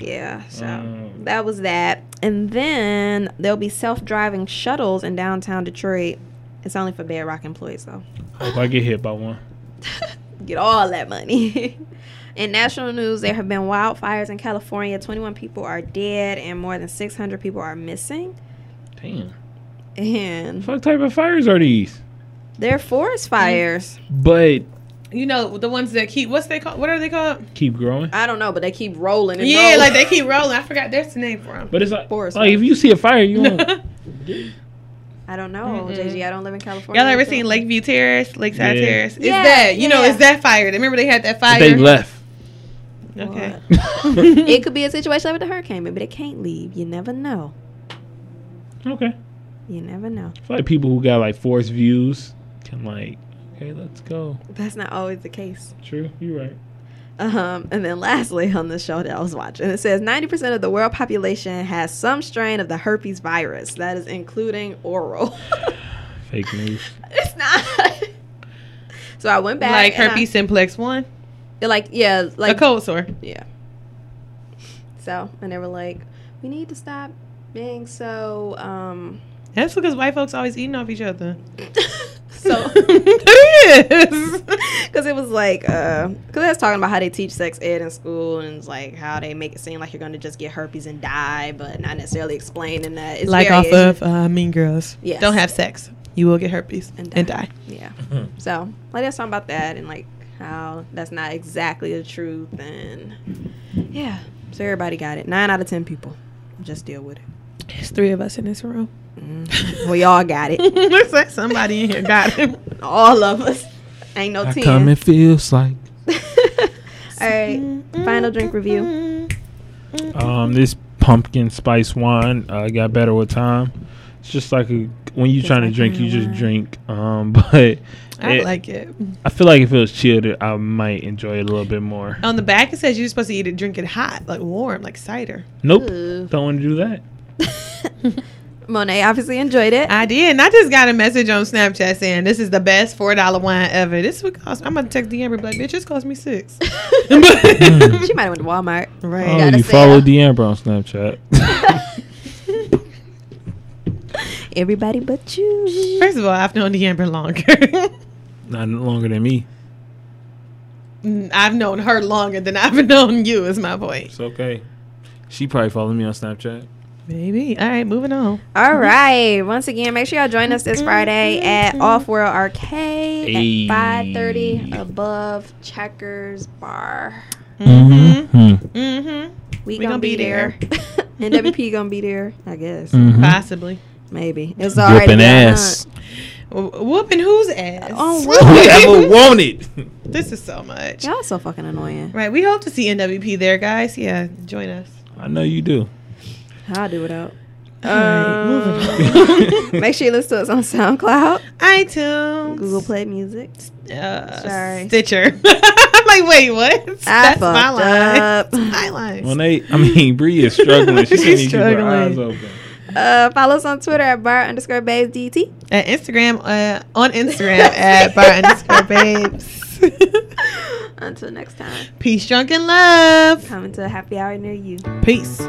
yeah. So Mm. that was that, and then there'll be self-driving shuttles in downtown Detroit. It's only for Bed Rock employees though. Hope I get hit by one. get all that money. in national news, there have been wildfires in California. 21 people are dead and more than 600 people are missing. Damn. And What type of fires are these? they're Mm. forest fires. But You know the ones that keep. What's they called? What are they called? keep growing. I don't know, but they keep rolling and Yeah, rolling. like they keep rolling. I forgot there's the name for them. But it's like, Forest like if you see a fire, you won't. I don't know, Mm-mm. JG. I don't live in California. Y'all ever so- seen Lakeview Terrace, Lakeside Yeah. Terrace? It's Yeah, that. You know, uh, yeah. it's that fire. Remember they had that fire. they left. Okay. What? it could be a situation like with the hurricane. Maybe they can't leave. You never know. Okay. You never know. I feel like people who got like forced views can like, okay, let's go. That's not always the case. True, you're right. Um, and then lastly, on the show that I was watching, it says 90% of the world population has some strain of the herpes virus. That is including oral. Fake news. it's not. so I went back. Like and herpes simplex one, I, like, yeah. a Like, cold sore. yeah. So, and they were like, we need to stop being so, um, That's because white folks always eating off each other. so, it is. because it was like, because I was talking about how they teach sex ed in school and it's like how they make it seem like you're going to just get herpes and die, but not necessarily explaining that. It's Like off variation. of uh, Mean Girls. Yes. Don't have sex. You will get herpes And and die. die. Yeah. so like there's something about that and like how that's not exactly the truth and yeah. So everybody got it. Nine out of ten people. Just deal with it. There's three of us in this room. We all got it. Looks like somebody in here got it. all of us. Ain't no ten. it feels like. all right. Final drink review. Um, this pumpkin spice wine uh, got better with time. It's just like a, when you're trying to drink, you just drink. Um, but I it- like it. I feel like if it was chilled, I might enjoy it a little bit more. On the back it says you're supposed to eat it, drink it hot, like warm, like cider. Nope, Ooh. don't want to do that. Monet obviously enjoyed it. I did, and I just got a message on Snapchat saying this is the best four dollar wine ever. This would cost. I'm gonna text the Amber like, bitch, this cost me six. she might have went to Walmart. right. Oh, gotta you say, follow uh, the Amber on Snapchat. Everybody but you. First of all, I've known the Amber longer. Not longer than me. Mm, I've known her longer than I've known you. Is my point. It's okay. She probably followed me on Snapchat. Maybe. All right, moving on. All right. Once again, make sure y'all join us this Friday at Mm-hmm. Off World Arcade Ayy. at five thirty above Checkers Bar. Mm-hmm. Mm-hmm. We, We gonna, gonna be, be there. NWP gonna be there, I guess. Hmm? Possibly. Maybe it's Mm. already Whooping been Mm-hmm. ass. hunt. W- whooping whose ass? Oh, Whoever wanted. This is so much. Y'all so fucking annoying. Right. We hope to see NWP there, guys. Yeah, join us. I know you do. I'll do without. All right, moving on. Make sure you listen to us on SoundCloud, iTunes, Google Play Music. uh, Sorry. Stitcher. I'm like, wait, what? I fucked up. My line. When they, I mean, Bree is struggling. She can't She's even keep her eyes struggling. open. Uh, follow us on Twitter at bar underscore babes DT. At Instagram, uh, on Instagram at bar underscore babes. Until next time, Peace, drunk, and love. coming to a happy hour near you. Peace.